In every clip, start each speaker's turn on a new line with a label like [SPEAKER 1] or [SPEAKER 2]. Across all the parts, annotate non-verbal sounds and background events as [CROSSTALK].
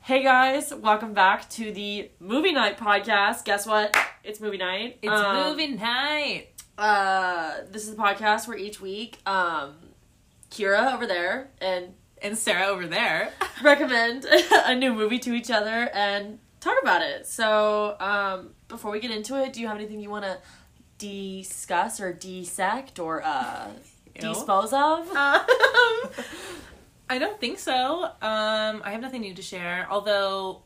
[SPEAKER 1] Hey guys, welcome back to the movie night podcast. Guess what? It's movie night.
[SPEAKER 2] It's
[SPEAKER 1] Um,
[SPEAKER 2] movie night.
[SPEAKER 1] Uh, this is a podcast where each week, um, Kira over there and [LAUGHS]
[SPEAKER 2] And Sarah over there.
[SPEAKER 1] recommend [LAUGHS] a new movie to each other and talk about it. So, um, before we get into it, do you have anything you want to discuss or dissect or uh,
[SPEAKER 2] [LAUGHS] Ew.
[SPEAKER 1] dispose of?
[SPEAKER 2] Um, I don't think so. Um, I have nothing new to share. Although,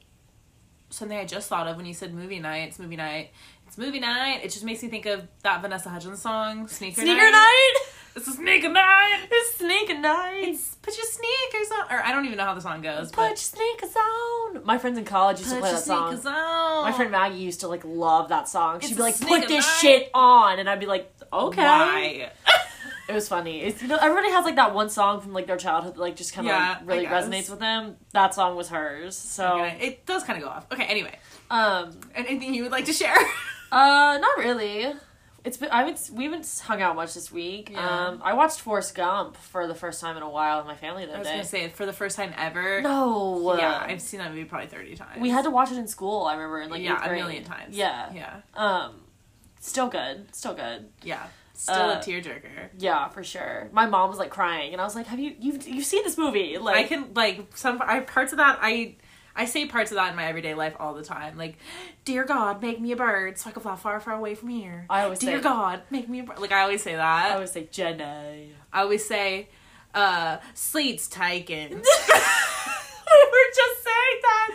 [SPEAKER 2] something I just thought of when you said movie night, it's movie night. It's movie night. It just makes me think of that Vanessa Hudgens song,
[SPEAKER 1] [LAUGHS]
[SPEAKER 2] Sneaker,
[SPEAKER 1] Sneaker night?
[SPEAKER 2] It's a sneaker night.
[SPEAKER 1] It's sneaker night. [LAUGHS]
[SPEAKER 2] It's put your sneakers on. Or I don't even know how the song goes.
[SPEAKER 1] Put your
[SPEAKER 2] but
[SPEAKER 1] sneakers on. My friends in college used to play that song.
[SPEAKER 2] on.
[SPEAKER 1] My friend Maggie used to like love that song. She'd
[SPEAKER 2] It's
[SPEAKER 1] be
[SPEAKER 2] a
[SPEAKER 1] like,
[SPEAKER 2] sneaker
[SPEAKER 1] "Put this
[SPEAKER 2] night."
[SPEAKER 1] shit on," and I'd be like, "Okay."
[SPEAKER 2] [LAUGHS] Why?
[SPEAKER 1] It was funny. It's, you know, everybody has like that one song from like their childhood that like just kind of
[SPEAKER 2] Yeah,
[SPEAKER 1] like,
[SPEAKER 2] I
[SPEAKER 1] really
[SPEAKER 2] guess.
[SPEAKER 1] resonates with them. That song was hers. So,
[SPEAKER 2] It does kind of go off. Okay. Anyway,
[SPEAKER 1] um,
[SPEAKER 2] anything you would like to share? [LAUGHS]
[SPEAKER 1] uh, not really. It's been I would we haven't hung out much this week.
[SPEAKER 2] Yeah.
[SPEAKER 1] Um, I watched Forrest Gump for the first time in a while with my family the
[SPEAKER 2] I
[SPEAKER 1] other
[SPEAKER 2] was
[SPEAKER 1] day.
[SPEAKER 2] gonna say for the first time ever.
[SPEAKER 1] no,
[SPEAKER 2] Yeah, I've seen that movie probably thirty times.
[SPEAKER 1] we had to watch it in school. I remember in like
[SPEAKER 2] yeah,
[SPEAKER 1] eighth
[SPEAKER 2] a
[SPEAKER 1] grade.
[SPEAKER 2] million times.
[SPEAKER 1] Yeah.
[SPEAKER 2] yeah,
[SPEAKER 1] Um, still good, still good.
[SPEAKER 2] yeah. Still
[SPEAKER 1] Uh,
[SPEAKER 2] a tearjerker.
[SPEAKER 1] Yeah, for sure. My mom was like crying, and I was like, "Have you you've you've seen this movie?" Like,
[SPEAKER 2] I can like some I parts of that I. I say parts of that in my everyday life all the time. Like, dear God, make me a bird so I can fly far, far away from here.
[SPEAKER 1] I always
[SPEAKER 2] dear
[SPEAKER 1] say-
[SPEAKER 2] God, make me a bird. Like, I always say that.
[SPEAKER 1] I was like, [LAUGHS] "Jenna."
[SPEAKER 2] I always say, uh, sleet's
[SPEAKER 1] [LAUGHS]
[SPEAKER 2] taken.
[SPEAKER 1] we were just saying that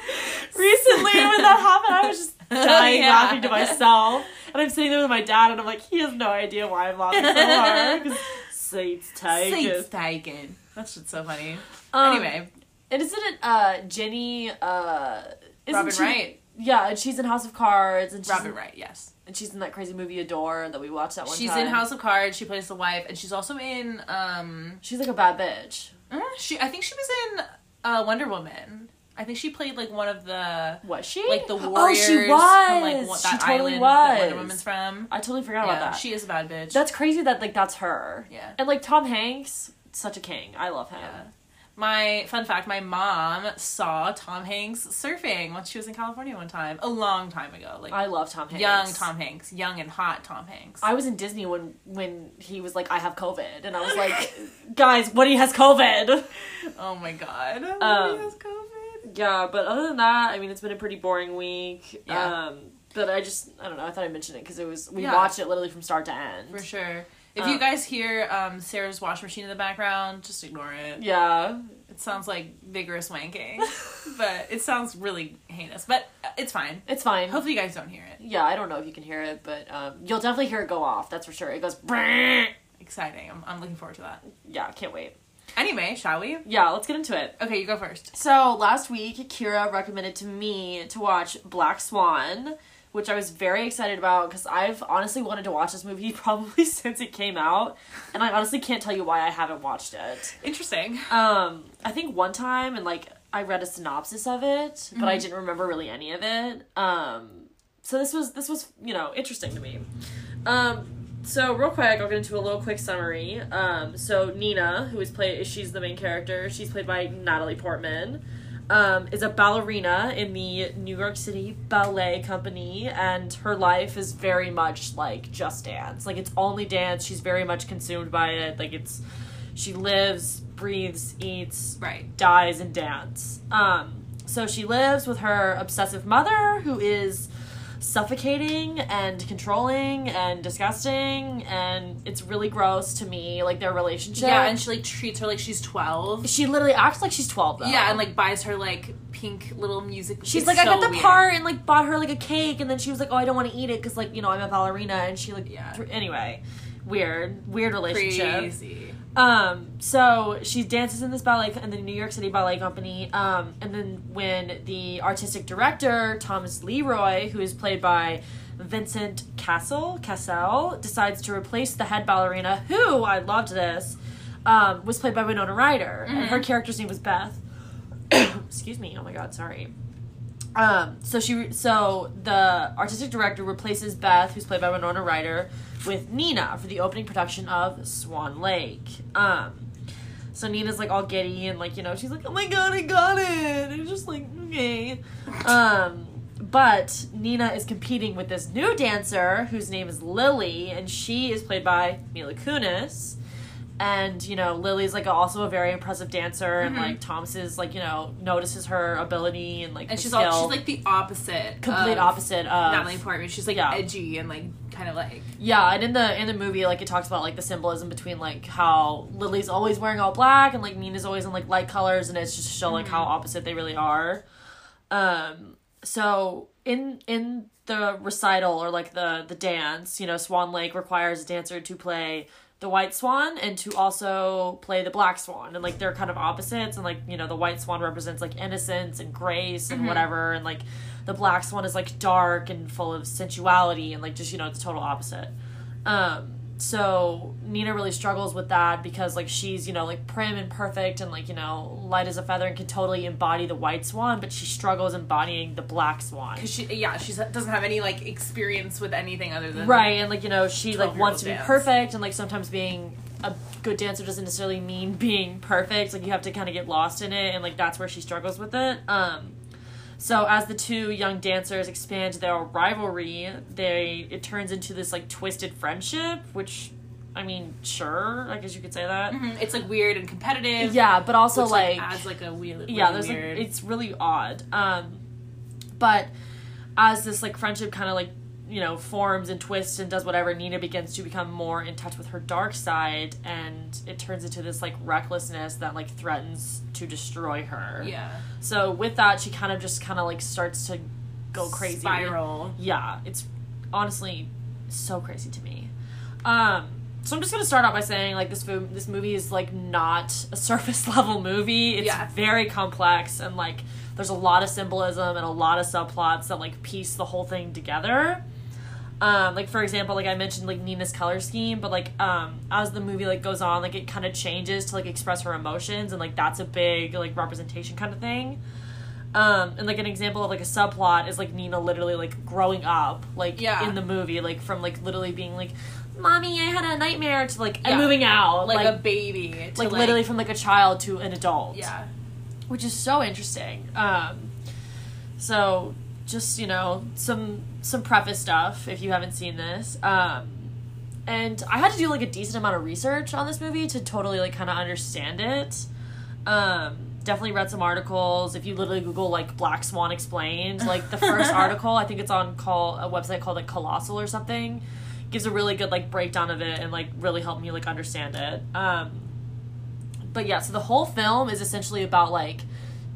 [SPEAKER 1] recently when [LAUGHS] that happened. I was just dying
[SPEAKER 2] Yeah.
[SPEAKER 1] laughing to myself, and I'm sitting there with my dad, and I'm like, he has no idea why I'm laughing so hard. 'cause Seats taken.
[SPEAKER 2] sleet's taken. That's just so funny.
[SPEAKER 1] Um,
[SPEAKER 2] anyway,
[SPEAKER 1] and isn't it uh, Jenny? Uh, isn't
[SPEAKER 2] Robin
[SPEAKER 1] she-
[SPEAKER 2] Wright.
[SPEAKER 1] Yeah, and she's in House of Cards, and she's
[SPEAKER 2] Robin
[SPEAKER 1] in,
[SPEAKER 2] Wright, yes.
[SPEAKER 1] and she's in that crazy movie Adore that we watched that one
[SPEAKER 2] She's
[SPEAKER 1] time.
[SPEAKER 2] in House of Cards. She plays the wife, and she's also in. um
[SPEAKER 1] She's like a bad bitch.
[SPEAKER 2] uh, She, I think she was in uh, Wonder Woman. I think she played like one of the
[SPEAKER 1] Was she
[SPEAKER 2] like the
[SPEAKER 1] Oh,
[SPEAKER 2] warriors
[SPEAKER 1] she
[SPEAKER 2] from
[SPEAKER 1] was.
[SPEAKER 2] like what, that
[SPEAKER 1] she totally
[SPEAKER 2] island
[SPEAKER 1] was.
[SPEAKER 2] that Wonder Woman's from.
[SPEAKER 1] I totally forgot
[SPEAKER 2] Yeah,
[SPEAKER 1] about that.
[SPEAKER 2] she is a bad bitch.
[SPEAKER 1] That's crazy that like that's her.
[SPEAKER 2] Yeah.
[SPEAKER 1] And like Tom Hanks, such a king. I love him.
[SPEAKER 2] Yeah. my fun fact. My mom saw Tom Hanks surfing when she was in California one time, a long time ago, like
[SPEAKER 1] I love Tom Hanks.
[SPEAKER 2] young Tom Hanks, young and hot Tom Hanks.
[SPEAKER 1] I was in Disney when when he was like, I have COVID, and I [LAUGHS] was like, guys, Woody has COVID.
[SPEAKER 2] oh my god,
[SPEAKER 1] Um,
[SPEAKER 2] he has COVID.
[SPEAKER 1] Yeah, but other than that, I mean, it's been a pretty boring week.
[SPEAKER 2] Yeah.
[SPEAKER 1] Um, but I just, I don't know. I thought I mentioned it because it was we
[SPEAKER 2] Yeah.
[SPEAKER 1] watched it literally from start to end.
[SPEAKER 2] for sure. If
[SPEAKER 1] Um,
[SPEAKER 2] you guys hear um, Sarah's wash machine in the background, just ignore it.
[SPEAKER 1] Yeah.
[SPEAKER 2] It sounds like vigorous
[SPEAKER 1] [LAUGHS]
[SPEAKER 2] wanking, but it sounds really heinous. But uh, it's fine.
[SPEAKER 1] It's fine.
[SPEAKER 2] Hopefully, you guys don't hear it.
[SPEAKER 1] Yeah, I don't know if you can hear it, but um, you'll definitely hear it go off. That's for sure. It goes. "Brrrr."
[SPEAKER 2] Exciting. I'm, I'm looking forward to that.
[SPEAKER 1] Yeah, can't wait.
[SPEAKER 2] Anyway, shall we?
[SPEAKER 1] Yeah, let's get into it.
[SPEAKER 2] Okay, you go first.
[SPEAKER 1] So last week, Kira recommended to me to watch Black Swan, which I was very excited about because I've honestly wanted to watch this movie [LAUGHS] probably since it came out, and I honestly can't tell you why I haven't watched it.
[SPEAKER 2] Interesting.
[SPEAKER 1] Um, I think one time and like I read a synopsis of it, but I didn't remember really any of it. Um, so this was this was you know interesting to me. Um, so real quick, I'll get into a little quick summary. Um, so Nina, who is played, she's the main character. She's played by Natalie Portman. Um, is a ballerina in the New York City Ballet Company, and her life is very much like just dance. Like it's only dance. She's very much consumed by it. Like it's, she lives, breathes, eats,
[SPEAKER 2] Right.
[SPEAKER 1] dies and dance. Um, so she lives with her obsessive mother, who is suffocating and controlling and disgusting, and it's really gross to me, like their relationship.
[SPEAKER 2] Yeah, and she like treats her like she's twelve.
[SPEAKER 1] she literally acts like she's twelve though.
[SPEAKER 2] Yeah, and like buys her like pink little music.
[SPEAKER 1] She's
[SPEAKER 2] it's
[SPEAKER 1] like, I
[SPEAKER 2] so
[SPEAKER 1] got the
[SPEAKER 2] weird.
[SPEAKER 1] part and like bought her like a cake, and then she was like, oh, I don't want to eat it because like you know I'm a ballerina, and she like
[SPEAKER 2] Yeah.
[SPEAKER 1] thr- anyway, weird, weird relationship.
[SPEAKER 2] Crazy.
[SPEAKER 1] Um, so she dances in this ballet in the New York City Ballet Company. Um, and then when the artistic director Thomas Leroy, who is played by Vincent Castle Cassell, decides to replace the head ballerina, who I loved this, um, was played by Winona Ryder, and her character's name was Beth. [COUGHS] Excuse me. Oh my God. Sorry. Um, so she so the artistic director replaces Beth, who's played by Winona Ryder, with Nina for the opening production of Swan Lake. Um, so Nina's like all giddy and like you know she's like oh my god I got it. It's just like okay. Um, but Nina is competing with this new dancer whose name is Lily and she is played by Mila Kunis. And you know Lily's like also a very impressive dancer, and
[SPEAKER 2] Mhm.
[SPEAKER 1] like Thomas is like you know notices her ability and like
[SPEAKER 2] and
[SPEAKER 1] her
[SPEAKER 2] she's
[SPEAKER 1] skill.
[SPEAKER 2] all she's like um, the opposite,
[SPEAKER 1] complete
[SPEAKER 2] of
[SPEAKER 1] opposite of
[SPEAKER 2] Natalie Portman. She's like
[SPEAKER 1] Yeah.
[SPEAKER 2] edgy and like kind of like
[SPEAKER 1] yeah and in the in the movie like it talks about like the symbolism between like how lily's always wearing all black and like nina's always in like light colors and it's just showing like how opposite they really are um so in in the recital or like the the dance you know swan lake requires a dancer to play the white swan and to also play the black swan and like they're kind of opposites and like you know the white swan represents like innocence and grace and whatever and like the black swan is like dark and full of sensuality and like just you know it's total opposite um so nina really struggles with that because like she's you know like prim and perfect and like you know light as a feather and can totally embody the white swan but she struggles embodying the black swan
[SPEAKER 2] because she yeah she doesn't have any like experience with anything other than
[SPEAKER 1] right and like you know she like
[SPEAKER 2] 12-year-old
[SPEAKER 1] wants to be
[SPEAKER 2] dance.
[SPEAKER 1] perfect and like sometimes being a good dancer doesn't necessarily mean being perfect like you have to kind of get lost in it and like that's where she struggles with it um so as the two young dancers expand their rivalry they it turns into this like twisted friendship which i mean sure i guess you could say that
[SPEAKER 2] Mhm. It's like weird and competitive.
[SPEAKER 1] yeah but also
[SPEAKER 2] which, like, adds like a weird.
[SPEAKER 1] yeah
[SPEAKER 2] really
[SPEAKER 1] there's like
[SPEAKER 2] weird.
[SPEAKER 1] it's really odd um but as this like friendship kind of like you know forms and twists and does whatever nina begins to become more in touch with her dark side and it turns into this like recklessness that like threatens to destroy her
[SPEAKER 2] yeah
[SPEAKER 1] so with that she kind of just kind of like starts to go crazy
[SPEAKER 2] spiral.
[SPEAKER 1] yeah it's honestly so crazy to me um so i'm just gonna start out by saying like this film this movie is like not a [LAUGHS] surface level movie it's
[SPEAKER 2] Yeah.
[SPEAKER 1] very complex and like there's a lot of symbolism and a lot of subplots that like piece the whole thing together um like for example like i mentioned like nina's color scheme but like um as the movie like goes on like it kind of changes to like express her emotions and like that's a big like representation kind of thing um and like an example of like a subplot is like nina literally like growing up like
[SPEAKER 2] Yeah.
[SPEAKER 1] in the movie like from like literally being like mommy i had a nightmare to like
[SPEAKER 2] Yeah.
[SPEAKER 1] and moving out
[SPEAKER 2] Like,
[SPEAKER 1] like
[SPEAKER 2] a baby. To,
[SPEAKER 1] like literally from like a child to an adult
[SPEAKER 2] Yeah.
[SPEAKER 1] which is so interesting. Um, so just you know some some preface stuff if you haven't seen this. Um, and I had to do like a decent amount of research on this movie to totally like kind of understand it. Um, definitely read some articles. If you literally Google like Black Swan explained, like the first article, I think it's on call a website called like Colossal or something, gives a really good like breakdown of it and like really helped me like understand it. Um, but yeah, so the whole film is essentially about like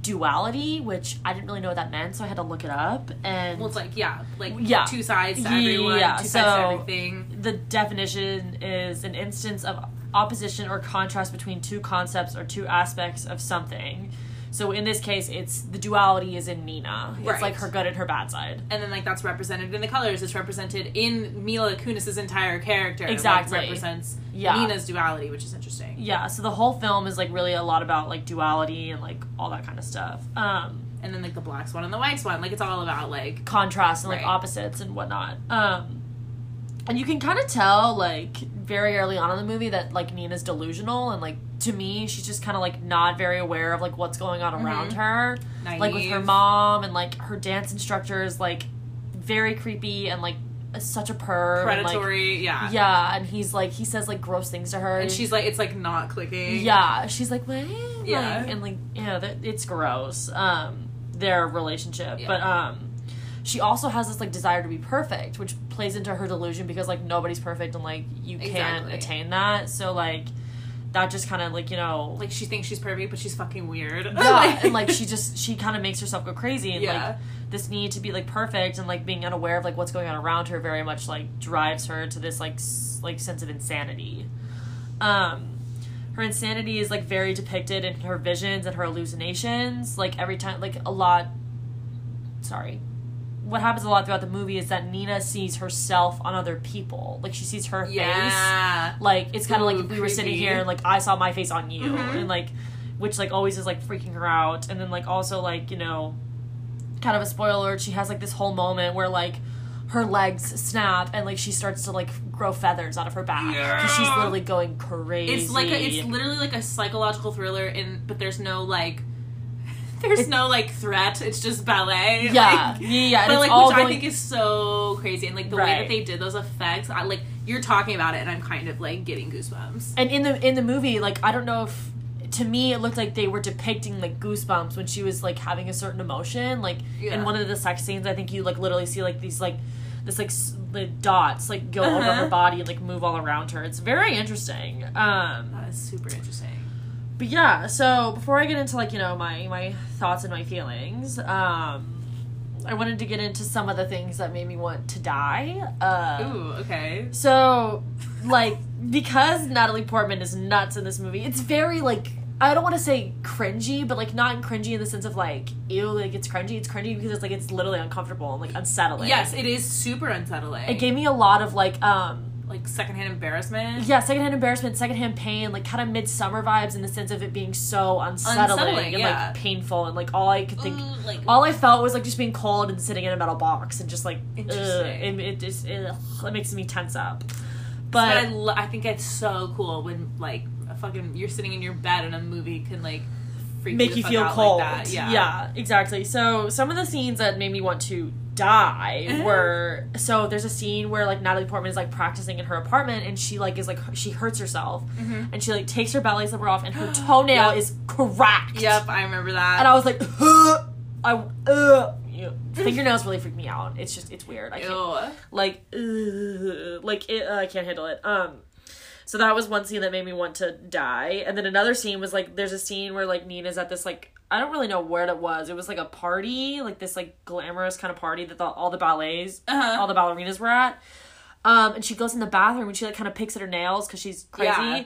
[SPEAKER 1] duality, which I didn't really know what that meant, so I had to look it up. And
[SPEAKER 2] Well, it's like yeah, like
[SPEAKER 1] Yeah.
[SPEAKER 2] two sides to everyone,
[SPEAKER 1] Yeah,
[SPEAKER 2] two sides to
[SPEAKER 1] so-
[SPEAKER 2] everything.
[SPEAKER 1] the definition is an instance of opposition or contrast between two concepts or two aspects of something. So in this case, it's the duality is in Nina.
[SPEAKER 2] Right.
[SPEAKER 1] It's like her good and her bad side.
[SPEAKER 2] And then like that's represented in the colors. It's represented in Mila Kunis's entire character. like,
[SPEAKER 1] Exactly.
[SPEAKER 2] represents
[SPEAKER 1] Yeah.
[SPEAKER 2] Nina's duality, which is interesting.
[SPEAKER 1] Yeah, so the whole film is like really a lot about like duality and like all that kind of stuff. Um
[SPEAKER 2] And then like the black swan and the white swan. Like it's all about like
[SPEAKER 1] contrast and like
[SPEAKER 2] Right.
[SPEAKER 1] opposites and whatnot. Um, and you can kind of tell like very early on in the movie that like Nina's delusional and like to me she's just kind of like not very aware of like what's going on around
[SPEAKER 2] Mhm.
[SPEAKER 1] her,
[SPEAKER 2] naive.
[SPEAKER 1] like with her mom and like her dance instructor is like very creepy and like such a perv and, like-
[SPEAKER 2] predatory. yeah.
[SPEAKER 1] yeah, and he's like he says like gross things to her
[SPEAKER 2] And she's like it's like not clicking.
[SPEAKER 1] yeah, she's like, what?
[SPEAKER 2] Yeah.
[SPEAKER 1] like, and like, yeah, that, it's gross. Um, their relationship,
[SPEAKER 2] Yeah.
[SPEAKER 1] but um, she also has this like desire to be perfect, which plays into her delusion because like nobody's perfect and like you can't
[SPEAKER 2] Exactly.
[SPEAKER 1] attain that. So like, that just kind of like you know,
[SPEAKER 2] Like she thinks she's perfect, but she's fucking weird. [LAUGHS]
[SPEAKER 1] yeah, and like she just she kind of makes herself go crazy and
[SPEAKER 2] Yeah.
[SPEAKER 1] like this need to be like perfect and like being unaware of like what's going on around her very much like drives her to this like s- like sense of insanity. Um her insanity is like very depicted in her visions and her hallucinations. Like every time like a lot sorry. What happens a lot throughout the movie is that Nina sees herself on other people. Like she sees her face
[SPEAKER 2] yeah.
[SPEAKER 1] like it's kind of like
[SPEAKER 2] Ooh,
[SPEAKER 1] if we were sitting
[SPEAKER 2] creepy.
[SPEAKER 1] here and like i saw my face on you
[SPEAKER 2] Mhm.
[SPEAKER 1] and like which like always is like freaking her out and then like also like you know kind of a spoiler alert, she has like this whole moment where like her legs snap and like she starts to like grow feathers out of her back because she's
[SPEAKER 2] Yeah.
[SPEAKER 1] literally going crazy.
[SPEAKER 2] It's like a, it's literally like a psychological thriller, and but there's no like, [LAUGHS] there's
[SPEAKER 1] It's-
[SPEAKER 2] no like threat. It's just ballet. like-
[SPEAKER 1] yeah,
[SPEAKER 2] [LAUGHS]
[SPEAKER 1] yeah, yeah. And
[SPEAKER 2] but
[SPEAKER 1] it's
[SPEAKER 2] like,
[SPEAKER 1] all
[SPEAKER 2] which
[SPEAKER 1] going,
[SPEAKER 2] I think is so crazy, and like the way
[SPEAKER 1] Right.
[SPEAKER 2] that they did those effects, I like you're talking about it, and I'm kind of like getting goosebumps.
[SPEAKER 1] and in the in the movie, like I don't know if to me it looked like they were depicting like goosebumps when she was like having a certain emotion. Like
[SPEAKER 2] Yeah.
[SPEAKER 1] in one of the sex scenes, I think you like literally see like these like this like s- the dots like go over
[SPEAKER 2] Uh-huh.
[SPEAKER 1] her body and like move all around her. It's very interesting. Um,
[SPEAKER 2] That is super interesting.
[SPEAKER 1] but yeah so before i get into like you know my my thoughts and my feelings um i wanted to get into some of the things that made me want to die uh
[SPEAKER 2] Ooh, okay.
[SPEAKER 1] so like because natalie portman is nuts in this movie it's very like i don't want to say cringy but like not cringy in the sense of like ew like it's cringy it's cringy because it's like it's literally uncomfortable and like unsettling
[SPEAKER 2] Yes, it is super unsettling.
[SPEAKER 1] it gave me a lot of like um
[SPEAKER 2] like secondhand embarrassment.
[SPEAKER 1] yeah, secondhand embarrassment, secondhand pain, like kind of midsummer vibes in the sense of it being so unsettling,
[SPEAKER 2] Unsettling,
[SPEAKER 1] and
[SPEAKER 2] yeah. Mm.
[SPEAKER 1] like painful and like all I could think,
[SPEAKER 2] Ooh, like
[SPEAKER 1] all I felt was like just being cold and sitting in a metal box and just like ugh, it,
[SPEAKER 2] Interesting.
[SPEAKER 1] it just ugh, it makes me tense up.
[SPEAKER 2] But I,
[SPEAKER 1] But
[SPEAKER 2] lo- I think it's so cool when like a fucking you're sitting in your bed and a movie can like freak
[SPEAKER 1] make
[SPEAKER 2] the
[SPEAKER 1] you
[SPEAKER 2] fuck
[SPEAKER 1] feel
[SPEAKER 2] out
[SPEAKER 1] cold.
[SPEAKER 2] Like that. Yeah,
[SPEAKER 1] yeah, exactly. So some of the scenes that made me want to
[SPEAKER 2] Eh?
[SPEAKER 1] die were so there's a scene where like Natalie Portman is like practicing in her apartment and she like is like she hurts herself and she like takes her ballet slipper off and
[SPEAKER 2] [GASPS]
[SPEAKER 1] her toenail
[SPEAKER 2] Mm-hmm. Yep.
[SPEAKER 1] is cracked.
[SPEAKER 2] Yep, I remember that.
[SPEAKER 1] and I was like, huh, I uh,
[SPEAKER 2] [LAUGHS]
[SPEAKER 1] you know, fingernails really freak me out. It's just it's weird. I can't,
[SPEAKER 2] Ew.
[SPEAKER 1] like ugh, like it, uh, I can't handle it. Um, so that was one scene that made me want to die, and then another scene was like there's a scene where like Nina's at this like I don't really know where it was. It was like a party, like this like glamorous kind of party that the, all the ballets,
[SPEAKER 2] Uh-huh.
[SPEAKER 1] all the ballerinas were at. Um, and she goes in the bathroom and she like kind of picks at her nails because she's crazy.
[SPEAKER 2] Yeah.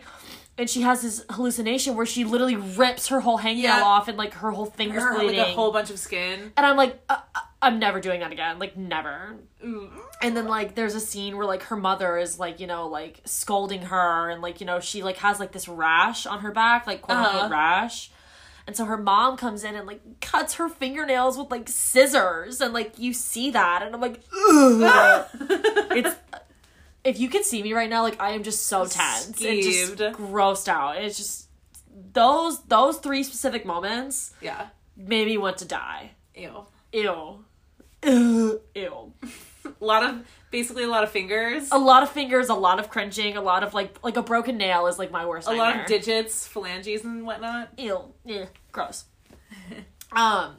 [SPEAKER 1] And she has this hallucination where she literally rips her whole hangnail
[SPEAKER 2] Yeah.
[SPEAKER 1] off and like her whole fingers
[SPEAKER 2] Her, like
[SPEAKER 1] bleeding.
[SPEAKER 2] a whole bunch of skin.
[SPEAKER 1] and I'm like, uh, uh, I'm never doing that again. Like never. [LAUGHS]
[SPEAKER 2] Ooh.
[SPEAKER 1] And then like there's a scene where like her mother is like, you know, like scolding her and like, you know, she like has like this rash on her back, like quote unquote
[SPEAKER 2] Uh-huh.
[SPEAKER 1] rash. And so her mom comes in and like cuts her fingernails with like scissors and like you see that and I'm like
[SPEAKER 2] [LAUGHS]
[SPEAKER 1] Ugh. it's if you can see me right now, like I am just so tense and just
[SPEAKER 2] Skeeved.
[SPEAKER 1] grossed out. It's just those those three specific moments
[SPEAKER 2] [LAUGHS] yeah.
[SPEAKER 1] made me want to die.
[SPEAKER 2] Ew.
[SPEAKER 1] Ew. Ugh, Ew.
[SPEAKER 2] A lot of basically a lot of fingers.
[SPEAKER 1] a lot of fingers, a lot of crunching, a lot of like like a broken nail is like my worst.
[SPEAKER 2] a lot of
[SPEAKER 1] nightmare.
[SPEAKER 2] digits, phalanges, and whatnot.
[SPEAKER 1] Ew, yeah,
[SPEAKER 2] [LAUGHS]
[SPEAKER 1] gross. um,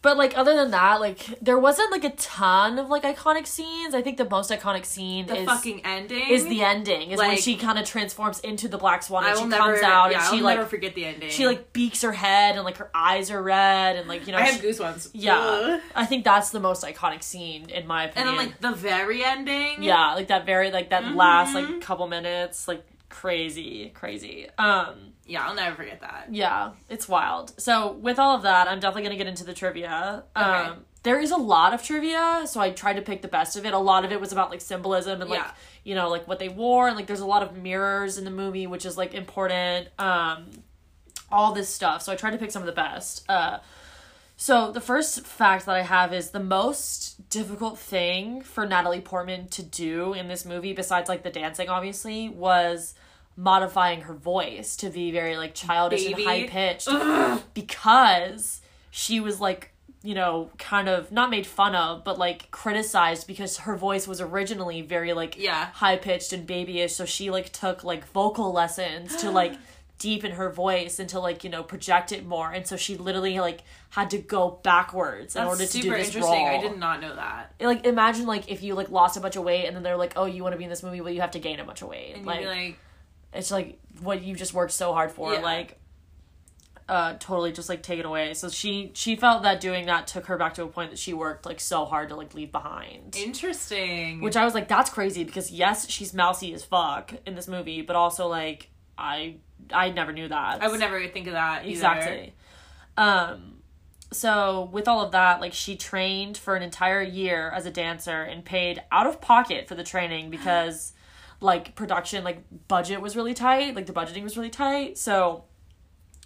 [SPEAKER 1] but like other than that, like there wasn't like a ton of like iconic scenes. I think the most iconic scene
[SPEAKER 2] The
[SPEAKER 1] is
[SPEAKER 2] fucking ending
[SPEAKER 1] is the ending is when
[SPEAKER 2] Like-
[SPEAKER 1] she kind of transforms into the black swan
[SPEAKER 2] I
[SPEAKER 1] and she
[SPEAKER 2] will
[SPEAKER 1] comes
[SPEAKER 2] never.
[SPEAKER 1] out
[SPEAKER 2] yeah,
[SPEAKER 1] and
[SPEAKER 2] I
[SPEAKER 1] she
[SPEAKER 2] will
[SPEAKER 1] like
[SPEAKER 2] never forget the ending.
[SPEAKER 1] she like beaks her head and like her eyes are red and like you know
[SPEAKER 2] I
[SPEAKER 1] she-
[SPEAKER 2] have goosebumps.
[SPEAKER 1] yeah.
[SPEAKER 2] Ugh.
[SPEAKER 1] I think that's the most iconic scene in my opinion.
[SPEAKER 2] And then like the very ending.
[SPEAKER 1] Yeah, like that very like that last
[SPEAKER 2] Mm-hmm.
[SPEAKER 1] like couple minutes, like crazy, crazy. Um
[SPEAKER 2] Yeah, I'll never forget that.
[SPEAKER 1] yeah, it's wild. So with all of that, I'm definitely gonna get into the trivia. Um
[SPEAKER 2] Okay.
[SPEAKER 1] there is a lot of trivia, so I tried to pick the best of it. A lot of it was about like symbolism and like
[SPEAKER 2] Yeah.
[SPEAKER 1] you know, like what they wore and like there's a lot of mirrors in the movie, which is like important. Um all this stuff. So I tried to pick some of the best. Uh so the first fact that I have is the most difficult thing for Natalie Portman to do in this movie, besides like the dancing, obviously, was modifying her voice to be very like childish
[SPEAKER 2] Baby.
[SPEAKER 1] and high pitched because she was like you know kind of not made fun of but like criticized because her voice was originally very like
[SPEAKER 2] Yeah.
[SPEAKER 1] high pitched and babyish so she like took like vocal lessons to
[SPEAKER 2] [GASPS]
[SPEAKER 1] like [GASPS] deepen her voice and to like you know project it more and so she literally like had to go backwards in
[SPEAKER 2] That's
[SPEAKER 1] order to do
[SPEAKER 2] super
[SPEAKER 1] this
[SPEAKER 2] interesting.
[SPEAKER 1] role
[SPEAKER 2] I did not know that.
[SPEAKER 1] like imagine like if you like lost a bunch of weight and then they're like oh you want to be in this movie but you have to gain a bunch of weight
[SPEAKER 2] And you'd be like,
[SPEAKER 1] it's like what you just worked so hard for
[SPEAKER 2] Yeah.
[SPEAKER 1] like uh totally just like taken away so she she felt that doing that took her back to a point that she worked like so hard to like leave behind
[SPEAKER 2] interesting.
[SPEAKER 1] which i was like that's crazy because yes she's mousy as fuck in this movie but also like i i never knew that
[SPEAKER 2] I would never think of that either.
[SPEAKER 1] exactly um so with all of that like she trained for an entire year as a dancer and paid out of pocket for the training
[SPEAKER 2] [SIGHS]
[SPEAKER 1] because like production like budget was really tight like the budgeting was really tight so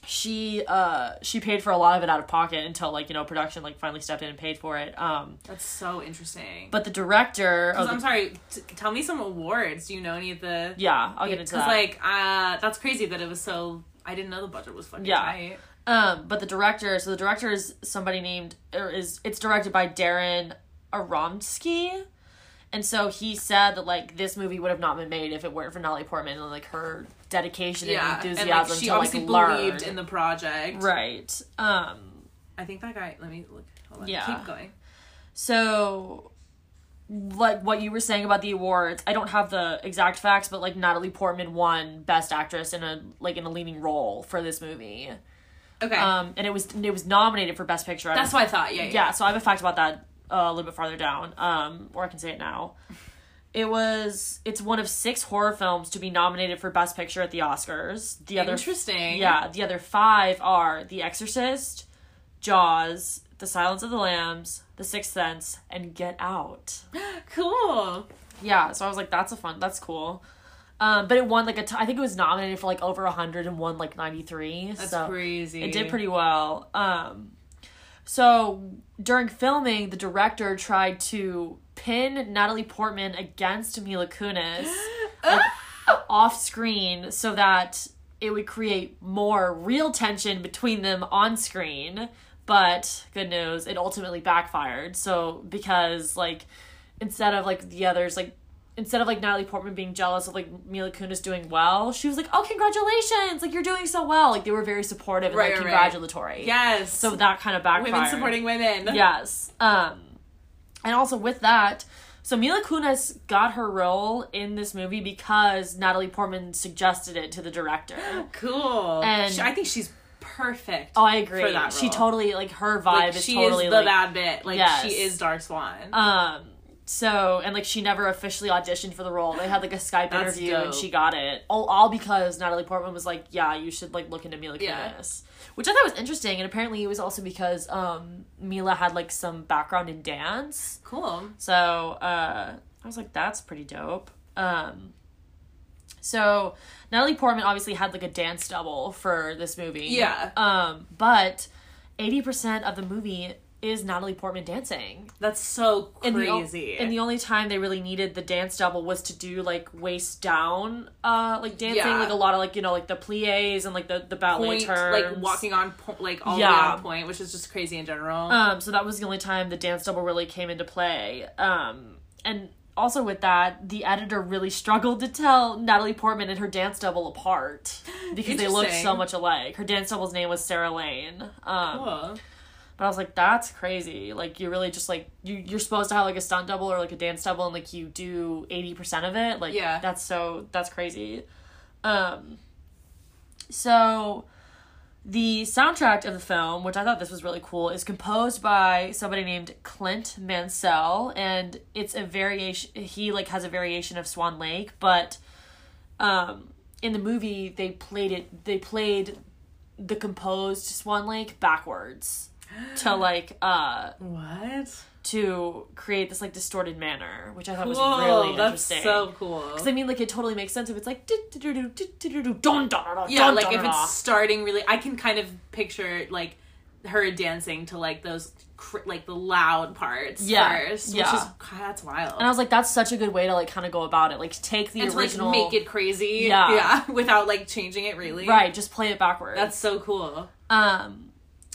[SPEAKER 1] she uh she paid for a lot of it out of pocket until like you know production like finally stepped in and paid for it um
[SPEAKER 2] That's so interesting.
[SPEAKER 1] but the director
[SPEAKER 2] Because
[SPEAKER 1] of the-
[SPEAKER 2] I'm sorry, t- tell me some awards. Do you know any of the?
[SPEAKER 1] yeah i'll get into that
[SPEAKER 2] Because like, uh, that's crazy that it was so. I didn't know the budget was fucking
[SPEAKER 1] Yeah.
[SPEAKER 2] tight.
[SPEAKER 1] Um, but the director, so the director is somebody named, or is it's directed by Darren Aronofsky, and so he said that like this movie would have not been made if it weren't for Natalie Portman and like her dedication
[SPEAKER 2] Yeah,
[SPEAKER 1] and
[SPEAKER 2] and
[SPEAKER 1] enthusiasm
[SPEAKER 2] like
[SPEAKER 1] to
[SPEAKER 2] she
[SPEAKER 1] like
[SPEAKER 2] obviously
[SPEAKER 1] learn.
[SPEAKER 2] believed in the project.
[SPEAKER 1] right. Um.
[SPEAKER 2] I think that guy. Let me look. Hold on.
[SPEAKER 1] Yeah.
[SPEAKER 2] Keep going.
[SPEAKER 1] So, like what you were saying about the awards, I don't have the exact facts, but like Natalie Portman won Best Actress in a like in a leading role for this movie.
[SPEAKER 2] Okay,
[SPEAKER 1] Um, and it was and it was nominated for Best Picture. I was
[SPEAKER 2] that's what I thought. Yeah, yeah.
[SPEAKER 1] yeah so i have a fact about that uh, a little bit farther down um or i can say it [LAUGHS] now it was it's one of six horror films to be nominated for best picture at the oscars the other
[SPEAKER 2] Interesting.
[SPEAKER 1] yeah the other five are the exorcist jaws the silence of the lambs the sixth sense and get out
[SPEAKER 2] Cool.
[SPEAKER 1] [GASPS] yeah so i was like that's a fun that's cool um, but it won like a t- I think it was nominated for like over 100 and won like 93
[SPEAKER 2] That's
[SPEAKER 1] so
[SPEAKER 2] crazy.
[SPEAKER 1] it did pretty well. Um, so during filming, the director tried to pin Natalie Portman against Mila [GASPS] Kunis like, uh, off screen so that it would create more real tension between them on screen. But good news, it ultimately backfired. So because like instead of like the others like instead of like Natalie Portman being jealous of like Mila Kunis doing well, she was like, "Oh, congratulations! Like you're doing so well!" Like they were very supportive and
[SPEAKER 2] Right,
[SPEAKER 1] like
[SPEAKER 2] right, right.
[SPEAKER 1] congratulatory.
[SPEAKER 2] Yes.
[SPEAKER 1] So that kind of backfired.
[SPEAKER 2] women supporting women.
[SPEAKER 1] Yes. Um, and also with that, so Mila Kunis got her role in this movie because Natalie Portman suggested it to the
[SPEAKER 2] [GASPS]
[SPEAKER 1] director.
[SPEAKER 2] Cool.
[SPEAKER 1] And-
[SPEAKER 2] Sh- I think she's perfect.
[SPEAKER 1] Oh, I agree.
[SPEAKER 2] For that
[SPEAKER 1] She
[SPEAKER 2] role.
[SPEAKER 1] totally like her vibe
[SPEAKER 2] like,
[SPEAKER 1] is
[SPEAKER 2] she
[SPEAKER 1] totally
[SPEAKER 2] is the
[SPEAKER 1] like
[SPEAKER 2] bad bit. Like
[SPEAKER 1] Yes.
[SPEAKER 2] she is Dark Swan.
[SPEAKER 1] Um, so and like she never officially auditioned for the role. They had like a Skype
[SPEAKER 2] That's
[SPEAKER 1] interview and
[SPEAKER 2] dope.
[SPEAKER 1] she got it. All all because Natalie Portman was like, "Yeah, you should like look into Mila Kunis,"
[SPEAKER 2] Yeah.
[SPEAKER 1] which I thought was interesting. And apparently it was also because um Mila had like some background in dance.
[SPEAKER 2] cool.
[SPEAKER 1] So uh, I was like, "That's pretty dope." Um. So Natalie Portman obviously had like a dance double for this movie.
[SPEAKER 2] Yeah.
[SPEAKER 1] Um, but eighty percent of the movie is Natalie Portman dancing
[SPEAKER 2] That's so
[SPEAKER 1] and the o-
[SPEAKER 2] crazy.
[SPEAKER 1] and the only time they really needed the dance double was to do like waist down, uh, like dancing,
[SPEAKER 2] Yeah.
[SPEAKER 1] like a lot of like you know like the plies and like the the ballet
[SPEAKER 2] point,
[SPEAKER 1] turns,
[SPEAKER 2] like walking on point, like all the
[SPEAKER 1] Yeah.
[SPEAKER 2] way on point, which is just crazy in general.
[SPEAKER 1] Um, so that was the only time the dance double really came into play. Um, and also with that, the editor really struggled to tell Natalie Portman and her dance double apart because they looked so
[SPEAKER 2] Interesting.
[SPEAKER 1] much alike. Her dance double's name was Sarah Lane. Um,
[SPEAKER 2] cool.
[SPEAKER 1] But I was like, that's crazy. Like you're really just like you you're supposed to have like a stunt double or like a dance double and like you do eighty percent of it. Like
[SPEAKER 2] Yeah.
[SPEAKER 1] that's so that's crazy. Um so the soundtrack of the film, which I thought this was really cool, is composed by somebody named Clint Mansell, and it's a variation. He like has a variation of Swan Lake, but um, in the movie they played it. They played the composed Swan Lake backwards to like uh
[SPEAKER 2] What?
[SPEAKER 1] to create this like distorted manner, which I thought was
[SPEAKER 2] Whoa,
[SPEAKER 1] really
[SPEAKER 2] that's
[SPEAKER 1] interesting.
[SPEAKER 2] so cool.
[SPEAKER 1] 'Cause I mean, like it totally makes sense if it's like do-do-do-do, do-do-do-do, dun-dun-dun-dun,
[SPEAKER 2] yeah, like if
[SPEAKER 1] dun-dun-dun-dun.
[SPEAKER 2] it's starting really, I can kind of picture like her dancing to like those cr- like the loud parts
[SPEAKER 1] Yeah,
[SPEAKER 2] first,
[SPEAKER 1] yeah.
[SPEAKER 2] which is God, that's wild.
[SPEAKER 1] And I was like, that's such a good way to like kind of go about it. Like take the
[SPEAKER 2] and to like
[SPEAKER 1] original,
[SPEAKER 2] make it crazy,
[SPEAKER 1] Yeah.
[SPEAKER 2] yeah, [LAUGHS] without like changing it really,
[SPEAKER 1] right, just play it backwards.
[SPEAKER 2] That's so cool.
[SPEAKER 1] um,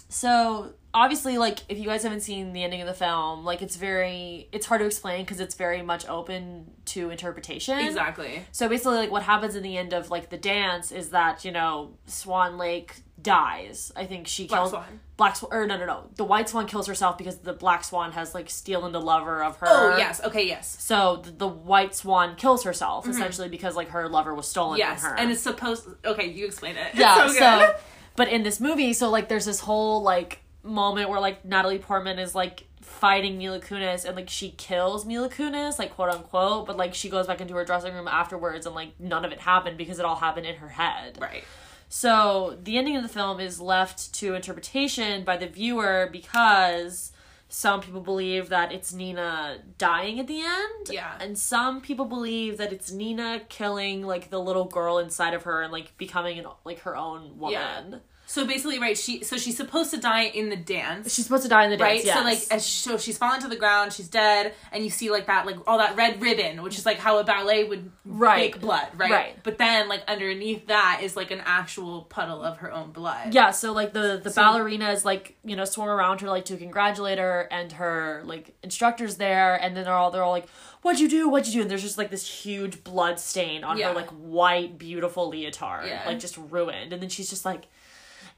[SPEAKER 1] so obviously, like if you guys haven't seen the ending of the film, like it's very, it's hard to explain because it's very much open to interpretation.
[SPEAKER 2] Exactly.
[SPEAKER 1] So basically, like what happens in the end of like the dance is that you know Swan Lake dies. I think she
[SPEAKER 2] Black
[SPEAKER 1] kills
[SPEAKER 2] Swan.
[SPEAKER 1] Black Swan, or no, no, no, the White Swan kills herself because the Black Swan has like stolen the lover of her.
[SPEAKER 2] Oh yes. Okay. Yes.
[SPEAKER 1] So the, the White Swan kills herself essentially because like her lover was stolen
[SPEAKER 2] Yes.
[SPEAKER 1] from her.
[SPEAKER 2] And it's supposed. Okay, you explain it. [LAUGHS] It's
[SPEAKER 1] yeah.
[SPEAKER 2] so
[SPEAKER 1] So,
[SPEAKER 2] good.
[SPEAKER 1] [LAUGHS] but in this movie, so like there's this whole like moment where like Natalie Portman is like fighting Mila Kunis and like she kills Mila Kunis, like quote unquote, but like she goes back into her dressing room afterwards and like none of it happened because it all happened in her head.
[SPEAKER 2] Right.
[SPEAKER 1] So the ending of the film is left to interpretation by the viewer because some people believe that it's Nina dying at the end.
[SPEAKER 2] Yeah.
[SPEAKER 1] And some people believe that it's Nina killing like the little girl inside of her and like becoming an, like her own woman.
[SPEAKER 2] So basically, right? She so she's supposed to die in the dance,
[SPEAKER 1] She's supposed to die in the dance.
[SPEAKER 2] right?
[SPEAKER 1] Yes.
[SPEAKER 2] So like, as so she's fallen to the ground, she's dead, and you see like that, like all that red ribbon, which is like how a ballet would
[SPEAKER 1] Right.
[SPEAKER 2] make blood, right?
[SPEAKER 1] Right.
[SPEAKER 2] But then like underneath that is like an actual puddle of her own blood.
[SPEAKER 1] yeah, so like the the
[SPEAKER 2] So-
[SPEAKER 1] ballerina is like you know swung around her like to congratulate her and her like instructors there, and then they're all they're all like, "What'd you do? What'd you do?" And there's just like this huge blood stain on
[SPEAKER 2] Yeah.
[SPEAKER 1] her like white beautiful leotard,
[SPEAKER 2] Yeah.
[SPEAKER 1] like just ruined, and then she's just like,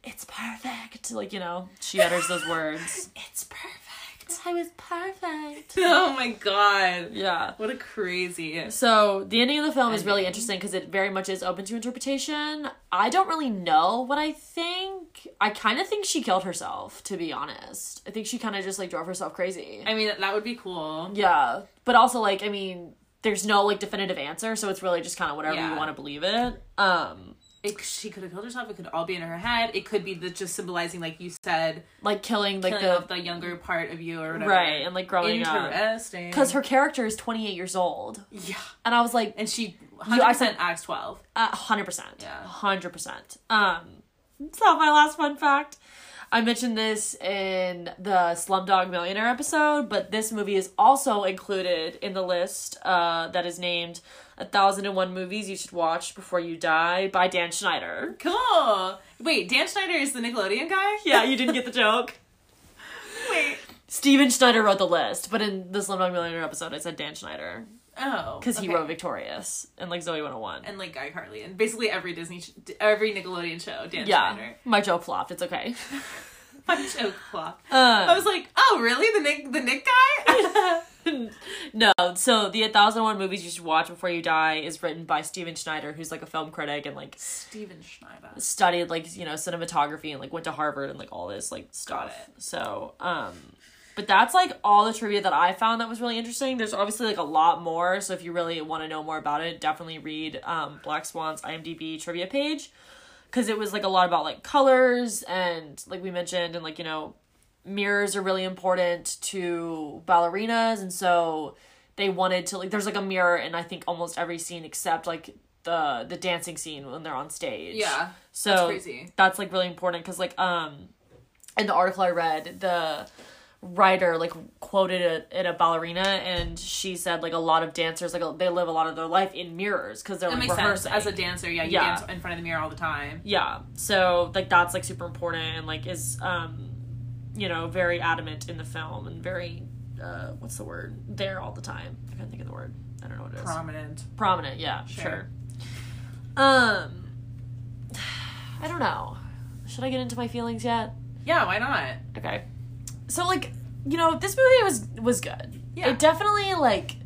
[SPEAKER 1] "It's perfect," like you know she utters those
[SPEAKER 2] [LAUGHS]
[SPEAKER 1] words.
[SPEAKER 2] It's perfect. [LAUGHS]
[SPEAKER 1] I was perfect.
[SPEAKER 2] Oh my god.
[SPEAKER 1] Yeah.
[SPEAKER 2] What a crazy.
[SPEAKER 1] So the ending of the film is really
[SPEAKER 2] Ending.
[SPEAKER 1] interesting because it very much is open to interpretation. I don't really know what I think. I kind of think she killed herself, to be honest. I think she kind of just like drove herself crazy.
[SPEAKER 2] I mean, that would be cool.
[SPEAKER 1] yeah, but also like I mean, there's no like definitive answer, so it's really just kind of whatever
[SPEAKER 2] Yeah.
[SPEAKER 1] you want to believe it. Um,
[SPEAKER 2] It, she could have killed herself. It could all be in her head. It could be the just symbolizing, like you said,
[SPEAKER 1] like killing like
[SPEAKER 2] killing off
[SPEAKER 1] the
[SPEAKER 2] the younger part of you or whatever.
[SPEAKER 1] right Oh and like growing up
[SPEAKER 2] Interesting.
[SPEAKER 1] because her character is 28 years old,
[SPEAKER 2] yeah,
[SPEAKER 1] and I was like,
[SPEAKER 2] and she
[SPEAKER 1] You-
[SPEAKER 2] hundred
[SPEAKER 1] I
[SPEAKER 2] percent acts twelve.
[SPEAKER 1] Uh, hundred percent.
[SPEAKER 2] Yeah.
[SPEAKER 1] hundred percent. Um, so my last fun fact. I mentioned this in the Slumdog Millionaire episode, but this movie is also included in the list uh, that is named "A Thousand and One Movies You Should Watch Before You Die" by Dan
[SPEAKER 2] [LAUGHS]
[SPEAKER 1] Schneider.
[SPEAKER 2] Cool. Wait, Dan Schneider is the Nickelodeon guy.
[SPEAKER 1] Yeah, you didn't get the joke.
[SPEAKER 2] [LAUGHS] Wait.
[SPEAKER 1] Steven Schneider wrote the list, but in the Slumdog Millionaire episode, I said Dan Schneider
[SPEAKER 2] Oh,
[SPEAKER 1] because he
[SPEAKER 2] okay.
[SPEAKER 1] wrote "Victorious" and like Zoe 101.
[SPEAKER 2] and like Guy Carly and basically every Disney, sh- every Nickelodeon show. Dan
[SPEAKER 1] yeah,
[SPEAKER 2] Schneider. [LAUGHS]
[SPEAKER 1] my joke flopped. It's okay.
[SPEAKER 2] My joke flop.
[SPEAKER 1] Um,
[SPEAKER 2] I was like, oh really? The Nick, the Nick
[SPEAKER 1] [LAUGHS]
[SPEAKER 2] guy.
[SPEAKER 1] no, so the 1001 movies you should watch before you die is written by Steven Schneider, who's like a film critic and like
[SPEAKER 2] Steven Schneider.
[SPEAKER 1] studied like, you know, cinematography and like went to Harvard and like all this like stuff. So, um but that's like all the trivia that I found that was really interesting. There's obviously like a lot more, so if you really want to know more about it, definitely read um Black Swan's IMDb trivia page cuz it was like a lot about like colors and like we mentioned and like, you know, mirrors are really important to ballerinas and so they wanted to like there's like a mirror in I think almost every scene except like the the dancing scene when they're on stage.
[SPEAKER 2] Yeah.
[SPEAKER 1] So
[SPEAKER 2] That's crazy.
[SPEAKER 1] that's like really important because like um in the article I read the writer like quoted a, in a ballerina and she said like a lot of dancers like they live a lot of their life in mirrors because they're
[SPEAKER 2] That
[SPEAKER 1] like
[SPEAKER 2] makes sense.
[SPEAKER 1] rehearsing
[SPEAKER 2] As a dancer, yeah, you
[SPEAKER 1] Yeah.
[SPEAKER 2] dance in front of the mirror all the time.
[SPEAKER 1] yeah so like that's like super important and like is um you know very adamant in the film and very uh what's the word there all the time i can't think of the word i don't know what it is
[SPEAKER 2] Prominent.
[SPEAKER 1] prominent yeah sure.
[SPEAKER 2] Sure.
[SPEAKER 1] um i don't know should i get into my feelings yet
[SPEAKER 2] Yeah, why not?
[SPEAKER 1] okay so like you know this movie was was good
[SPEAKER 2] Yeah.
[SPEAKER 1] it definitely like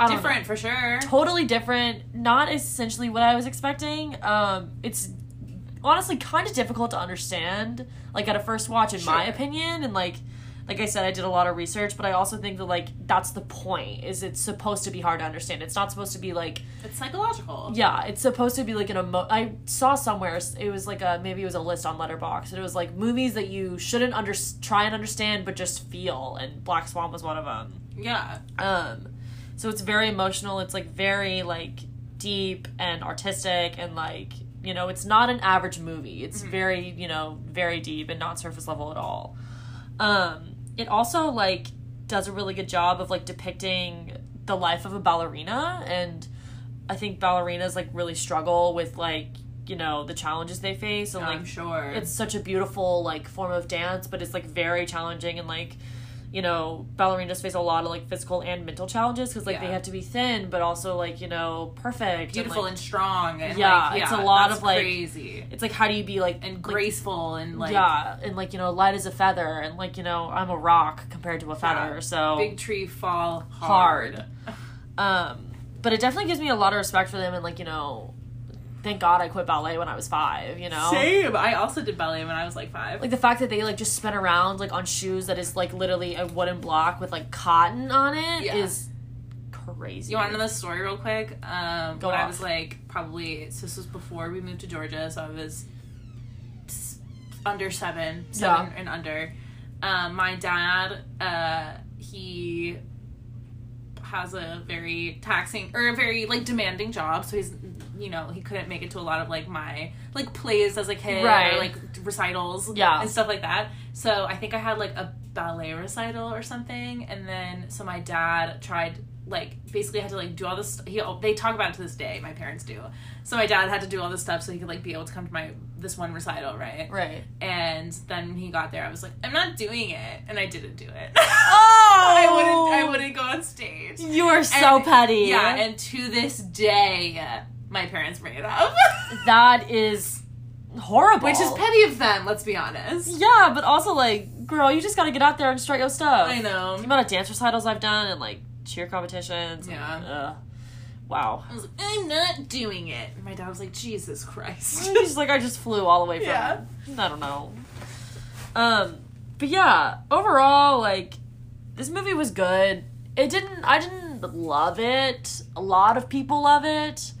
[SPEAKER 1] I don't know
[SPEAKER 2] Different for sure.
[SPEAKER 1] totally different not essentially what i was expecting um it's honestly kind of difficult to understand like at a first watch in my
[SPEAKER 2] Sure.
[SPEAKER 1] opinion and like like i said i did a lot of research but i also think that like that's the point is it's supposed to be hard to understand it's not supposed to be like
[SPEAKER 2] It's psychological.
[SPEAKER 1] yeah it's supposed to be like an emo i saw somewhere it was like a maybe it was a list on letterbox and it was like movies that you shouldn't under try and understand but just feel and black swan was one of them
[SPEAKER 2] Yeah.
[SPEAKER 1] um so it's very emotional it's like very like deep and artistic and like you know it's not an average movie it's very you know very deep and not surface level at all um it also like does a really good job of like depicting the life of a ballerina and i think ballerinas like really struggle with like you know the challenges they face and like
[SPEAKER 2] I'm sure.
[SPEAKER 1] it's such a beautiful like form of dance but it's like very challenging and like you know ballerinas face a lot of like physical and mental challenges because like they
[SPEAKER 2] Yeah.
[SPEAKER 1] have to be thin but also like you know perfect
[SPEAKER 2] beautiful
[SPEAKER 1] and,
[SPEAKER 2] and strong and
[SPEAKER 1] Yeah,
[SPEAKER 2] like,
[SPEAKER 1] it's a
[SPEAKER 2] yeah,
[SPEAKER 1] lot
[SPEAKER 2] that's
[SPEAKER 1] of, like-
[SPEAKER 2] crazy
[SPEAKER 1] like, it's like how do you be like
[SPEAKER 2] and
[SPEAKER 1] like,
[SPEAKER 2] graceful and like
[SPEAKER 1] yeah and like you know light as a feather and like you know i'm a rock compared to a feather
[SPEAKER 2] Yeah.
[SPEAKER 1] so
[SPEAKER 2] big tree fall
[SPEAKER 1] Hard.
[SPEAKER 2] hard.
[SPEAKER 1] um but it definitely gives me a lot of respect for them and like you know thank god i quit ballet when i was five you know
[SPEAKER 2] Same. I also did ballet when I was like five.
[SPEAKER 1] like the fact that they like just spin around like on shoes that is like literally a wooden block with like cotton on it is
[SPEAKER 2] Yeah.
[SPEAKER 1] crazy.
[SPEAKER 2] you want to know the story real quick? Um,
[SPEAKER 1] Go
[SPEAKER 2] when I
[SPEAKER 1] off.
[SPEAKER 2] was like probably so this was before we moved to Georgia, so I was s- under seven, seven and under. Um, my dad, uh, he has a very taxing or a very like demanding job, so he's you know he couldn't make it to a lot of like my like plays as a kid
[SPEAKER 1] Right.
[SPEAKER 2] or like recitals
[SPEAKER 1] Yeah.
[SPEAKER 2] and stuff like that so i think i had like a ballet recital or something and then so my dad tried like basically had to like do all this he they talk about it to this day my parents do so my dad had to do all this stuff so he could like be able to come to my this one recital right
[SPEAKER 1] Right.
[SPEAKER 2] and then he got there i was like i'm not doing it and i didn't do it [LAUGHS] i
[SPEAKER 1] Oh!
[SPEAKER 2] wouldn't i wouldn't go on stage
[SPEAKER 1] You are so
[SPEAKER 2] And-
[SPEAKER 1] petty.
[SPEAKER 2] yeah, and to this day, my parents bring it up, [LAUGHS]
[SPEAKER 1] that is horrible.
[SPEAKER 2] which is petty of them. Let's be honest.
[SPEAKER 1] Yeah, but also like, girl, you just gotta get out there and start your stuff.
[SPEAKER 2] I know.
[SPEAKER 1] The amount of dance recitals I've done and like cheer competitions. and,
[SPEAKER 2] Yeah.
[SPEAKER 1] ugh.
[SPEAKER 2] [LAUGHS]
[SPEAKER 1] wow. [LAUGHS]
[SPEAKER 2] I was like, I'm not doing it. And my dad was like, Jesus
[SPEAKER 1] [LAUGHS]
[SPEAKER 2] Christ.
[SPEAKER 1] She's like, I just flew all the way from.
[SPEAKER 2] Yeah.
[SPEAKER 1] I don't know. Um, but yeah, overall, like, this movie was good. It didn't. I didn't love it. A lot of people love it,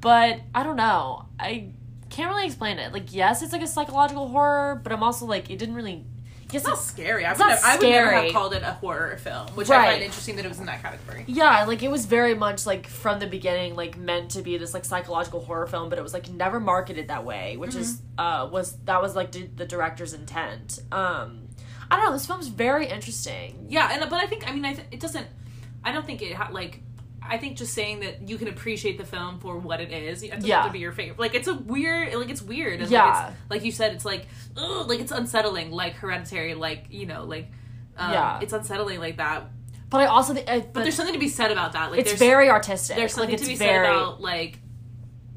[SPEAKER 1] but I don't know. I can't really explain it. Like, yes, it's like a psychological horror, but I'm also like, it didn't really. Yes,
[SPEAKER 2] It's not scary. I
[SPEAKER 1] It's
[SPEAKER 2] would,
[SPEAKER 1] not
[SPEAKER 2] never, I would never
[SPEAKER 1] scary.
[SPEAKER 2] have called it a horror film, which I
[SPEAKER 1] Right.
[SPEAKER 2] find interesting that it was in that category.
[SPEAKER 1] Yeah, like it was very much like from the beginning, like meant to be this like psychological horror film, but it was like never marketed that way, which is uh was that was like d- the director's intent. Um, I don't know. This film's very interesting.
[SPEAKER 2] Yeah, and but I think I mean I th- it doesn't. I don't think it ha- like. I think just saying that you can appreciate the film for what it is, it doesn't
[SPEAKER 1] Yeah.
[SPEAKER 2] have to be your favorite. Like it's a weird, like it's weird. And
[SPEAKER 1] Yeah.
[SPEAKER 2] like, it's, like you said, it's like, ugh, like it's unsettling, like hereditary, like you know, like um,
[SPEAKER 1] Yeah.
[SPEAKER 2] it's unsettling like that. But,
[SPEAKER 1] But I also think, I, but,
[SPEAKER 2] there's something to be said about that. Like
[SPEAKER 1] it's
[SPEAKER 2] there's
[SPEAKER 1] very artistic.
[SPEAKER 2] there's something
[SPEAKER 1] like, it's
[SPEAKER 2] to be
[SPEAKER 1] very,
[SPEAKER 2] said about like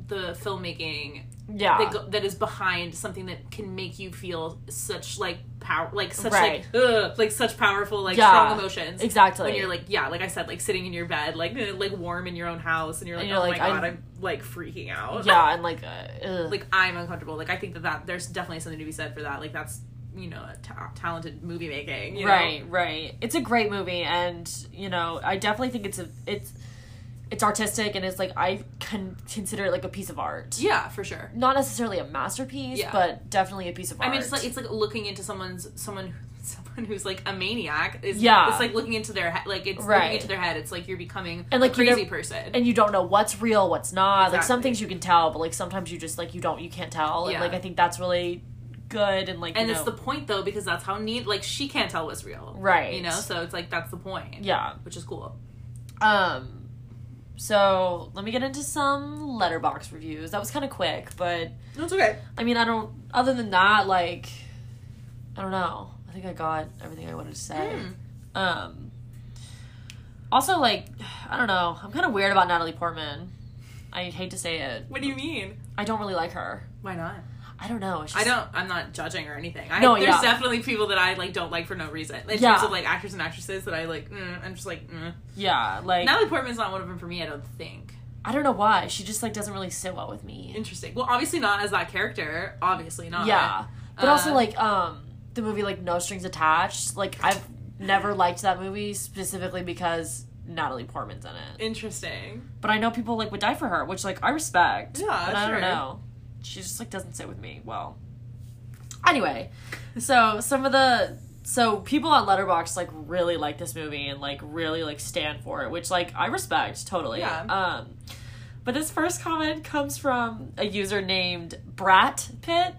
[SPEAKER 2] the filmmaking
[SPEAKER 1] yeah,
[SPEAKER 2] that, go- that is behind something that can make you feel such like power, like such
[SPEAKER 1] Right.
[SPEAKER 2] like ugh, like such powerful, like
[SPEAKER 1] Yeah.
[SPEAKER 2] strong emotions
[SPEAKER 1] exactly.
[SPEAKER 2] when you're like yeah like i said like sitting in your bed like eh, like warm in your own house and you're like
[SPEAKER 1] And you're
[SPEAKER 2] oh
[SPEAKER 1] like,
[SPEAKER 2] my
[SPEAKER 1] I'm-
[SPEAKER 2] god I'm, like freaking out
[SPEAKER 1] yeah, and oh, like, uh, ugh.
[SPEAKER 2] [LAUGHS] like i'm uncomfortable like i think that, that there's definitely something to be said for that like that's you know a ta- talented movie making you know?
[SPEAKER 1] right, right. It's a great movie, and you know, I definitely think it's a it's it's artistic, and it's like I can consider it like a piece of art.
[SPEAKER 2] yeah for sure
[SPEAKER 1] not necessarily a masterpiece,
[SPEAKER 2] Yeah.
[SPEAKER 1] but definitely a piece of art.
[SPEAKER 2] i mean it's like it's like looking into someone's someone [LAUGHS] someone who's like a maniac is
[SPEAKER 1] Yeah.
[SPEAKER 2] it's like looking into their head like it's
[SPEAKER 1] Right.
[SPEAKER 2] looking into their head it's like you're becoming
[SPEAKER 1] And, like,
[SPEAKER 2] a
[SPEAKER 1] you
[SPEAKER 2] crazy
[SPEAKER 1] never-
[SPEAKER 2] person
[SPEAKER 1] and you don't know what's real, what's not. Like some
[SPEAKER 2] Exactly.
[SPEAKER 1] things you can tell, but like sometimes you just like you don't, you can't tell. And
[SPEAKER 2] Yeah.
[SPEAKER 1] like I think that's really good and like
[SPEAKER 2] and
[SPEAKER 1] you
[SPEAKER 2] it's the
[SPEAKER 1] know-
[SPEAKER 2] point though because that's how neat like she can't tell what's real
[SPEAKER 1] right,
[SPEAKER 2] you know so it's like that's the point
[SPEAKER 1] yeah.
[SPEAKER 2] which is cool
[SPEAKER 1] Um, so let me get into some letterbox reviews. That was kind of quick, but
[SPEAKER 2] no it's okay
[SPEAKER 1] I mean I don't. Other than that, like I don't know. I think I got everything I wanted to say.
[SPEAKER 2] Hmm.
[SPEAKER 1] Um. Also, like, I don't know. I'm kind of weird about Natalie Portman. I hate to say it.
[SPEAKER 2] What do you mean?
[SPEAKER 1] I don't really like her.
[SPEAKER 2] Why not?
[SPEAKER 1] I don't know. It's
[SPEAKER 2] I
[SPEAKER 1] just-
[SPEAKER 2] don't. I'm not judging or anything. I,
[SPEAKER 1] No,
[SPEAKER 2] there's
[SPEAKER 1] yeah.
[SPEAKER 2] definitely people that I like don't like for no reason. In
[SPEAKER 1] Yeah.
[SPEAKER 2] terms of like actors and actresses that I like, mm, I'm just like, mm.
[SPEAKER 1] Yeah, like
[SPEAKER 2] Natalie Portman's not one of them for me. I don't think.
[SPEAKER 1] I don't know why. She just like doesn't really sit well with me.
[SPEAKER 2] Interesting. Well, obviously not as that character. Obviously not.
[SPEAKER 1] Yeah, but also
[SPEAKER 2] Uh,
[SPEAKER 1] like um the movie like No Strings Attached. Like I've never liked that movie specifically because Natalie Portman's in it.
[SPEAKER 2] Interesting.
[SPEAKER 1] But I know people like would die for her, which like I respect.
[SPEAKER 2] Yeah,
[SPEAKER 1] but I
[SPEAKER 2] sure.
[SPEAKER 1] don't know. She just like doesn't sit with me well. Anyway, so some of the so people on Letterbox like really like this movie and like really like stand for it, which like I respect totally.
[SPEAKER 2] Yeah.
[SPEAKER 1] Um, but this first comment comes from a user named Brat Pit.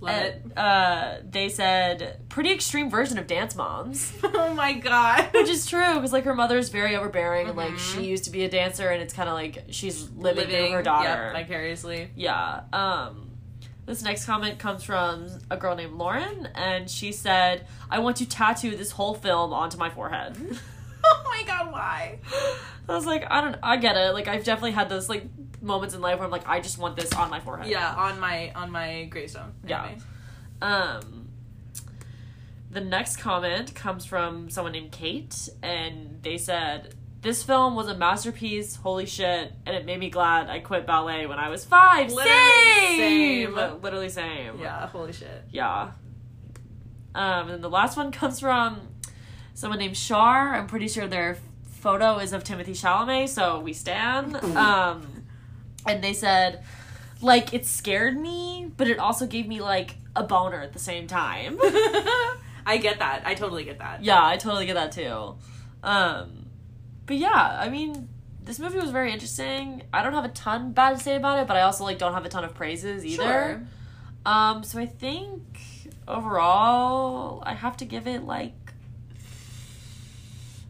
[SPEAKER 2] Love it.
[SPEAKER 1] and,
[SPEAKER 2] [LAUGHS]
[SPEAKER 1] Uh, they said pretty extreme version of Dance Moms
[SPEAKER 2] oh
[SPEAKER 1] [LAUGHS]
[SPEAKER 2] my god.
[SPEAKER 1] which is true because like her mother's very overbearing and like
[SPEAKER 2] Mhm.
[SPEAKER 1] she used to be a dancer and it's kind of like she's living, through her
[SPEAKER 2] yep,
[SPEAKER 1] daughter
[SPEAKER 2] vicariously. [LAUGHS]
[SPEAKER 1] yeah um this next comment comes from a girl named lauren and she said i want to tattoo this whole film onto my forehead [LAUGHS]
[SPEAKER 2] oh my god. Why?
[SPEAKER 1] i was like i don't i get it like i've definitely had those like moments in life where i'm like i just want this on my forehead
[SPEAKER 2] Yeah. On my on my gravestone.
[SPEAKER 1] Yeah.
[SPEAKER 2] Anyway.
[SPEAKER 1] Um, the next comment comes from someone named Kate, and they said, This film was a masterpiece, holy shit, and it made me glad I quit ballet when I was five.
[SPEAKER 2] Literally
[SPEAKER 1] same!
[SPEAKER 2] same.
[SPEAKER 1] Literally same.
[SPEAKER 2] Yeah. Holy shit.
[SPEAKER 1] Yeah. Um, and the last one [LAUGHS] comes from someone named Shar. I'm pretty sure their photo is of Timothy Chalamet, so we stand. Um, and they said, like, it scared me, but it also gave me, like, a boner at the same time. [LAUGHS]
[SPEAKER 2] I get that. I totally get that.
[SPEAKER 1] yeah, I totally get that too. Um, but yeah, I mean, this movie was very interesting. I don't have a ton bad to say about it, but I also like don't have a ton of praises either.
[SPEAKER 2] Sure.
[SPEAKER 1] Um, so I think overall I have to give it like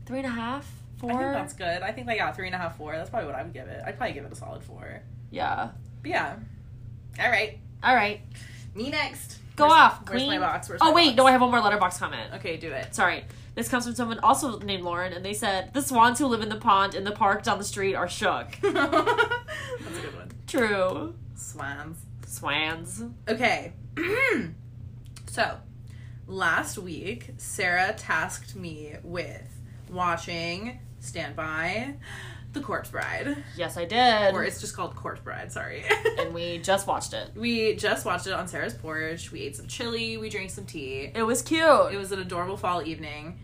[SPEAKER 1] three and a half, four.
[SPEAKER 2] I think that's good. I think like yeah, three and a half, four. That's probably what I would give it. I'd probably give it a solid four.
[SPEAKER 1] yeah.
[SPEAKER 2] But yeah. All right.
[SPEAKER 1] All right,
[SPEAKER 2] Me next.
[SPEAKER 1] go
[SPEAKER 2] Where's-
[SPEAKER 1] off,
[SPEAKER 2] Where's
[SPEAKER 1] queen.
[SPEAKER 2] my box? Where's
[SPEAKER 1] oh
[SPEAKER 2] my
[SPEAKER 1] wait,
[SPEAKER 2] box?
[SPEAKER 1] no, I have one more letterbox comment.
[SPEAKER 2] Okay, do it. [LAUGHS]
[SPEAKER 1] Sorry. This comes from someone also named Lauren, and they said, The swans who live in the pond, in the park, down the street are shook.
[SPEAKER 2] That's a good one.
[SPEAKER 1] True.
[SPEAKER 2] Swans.
[SPEAKER 1] Swans.
[SPEAKER 2] Okay. [CLEARS THROAT] so, last week, Sarah tasked me with watching Stand By The Corpse Bride.
[SPEAKER 1] Yes, I did.
[SPEAKER 2] Or it's just called Corpse Bride, sorry.
[SPEAKER 1] and we just watched it.
[SPEAKER 2] [LAUGHS] we just watched it on Sarah's porch. We ate some chili, we drank some tea.
[SPEAKER 1] It was cute.
[SPEAKER 2] It was an adorable fall evening.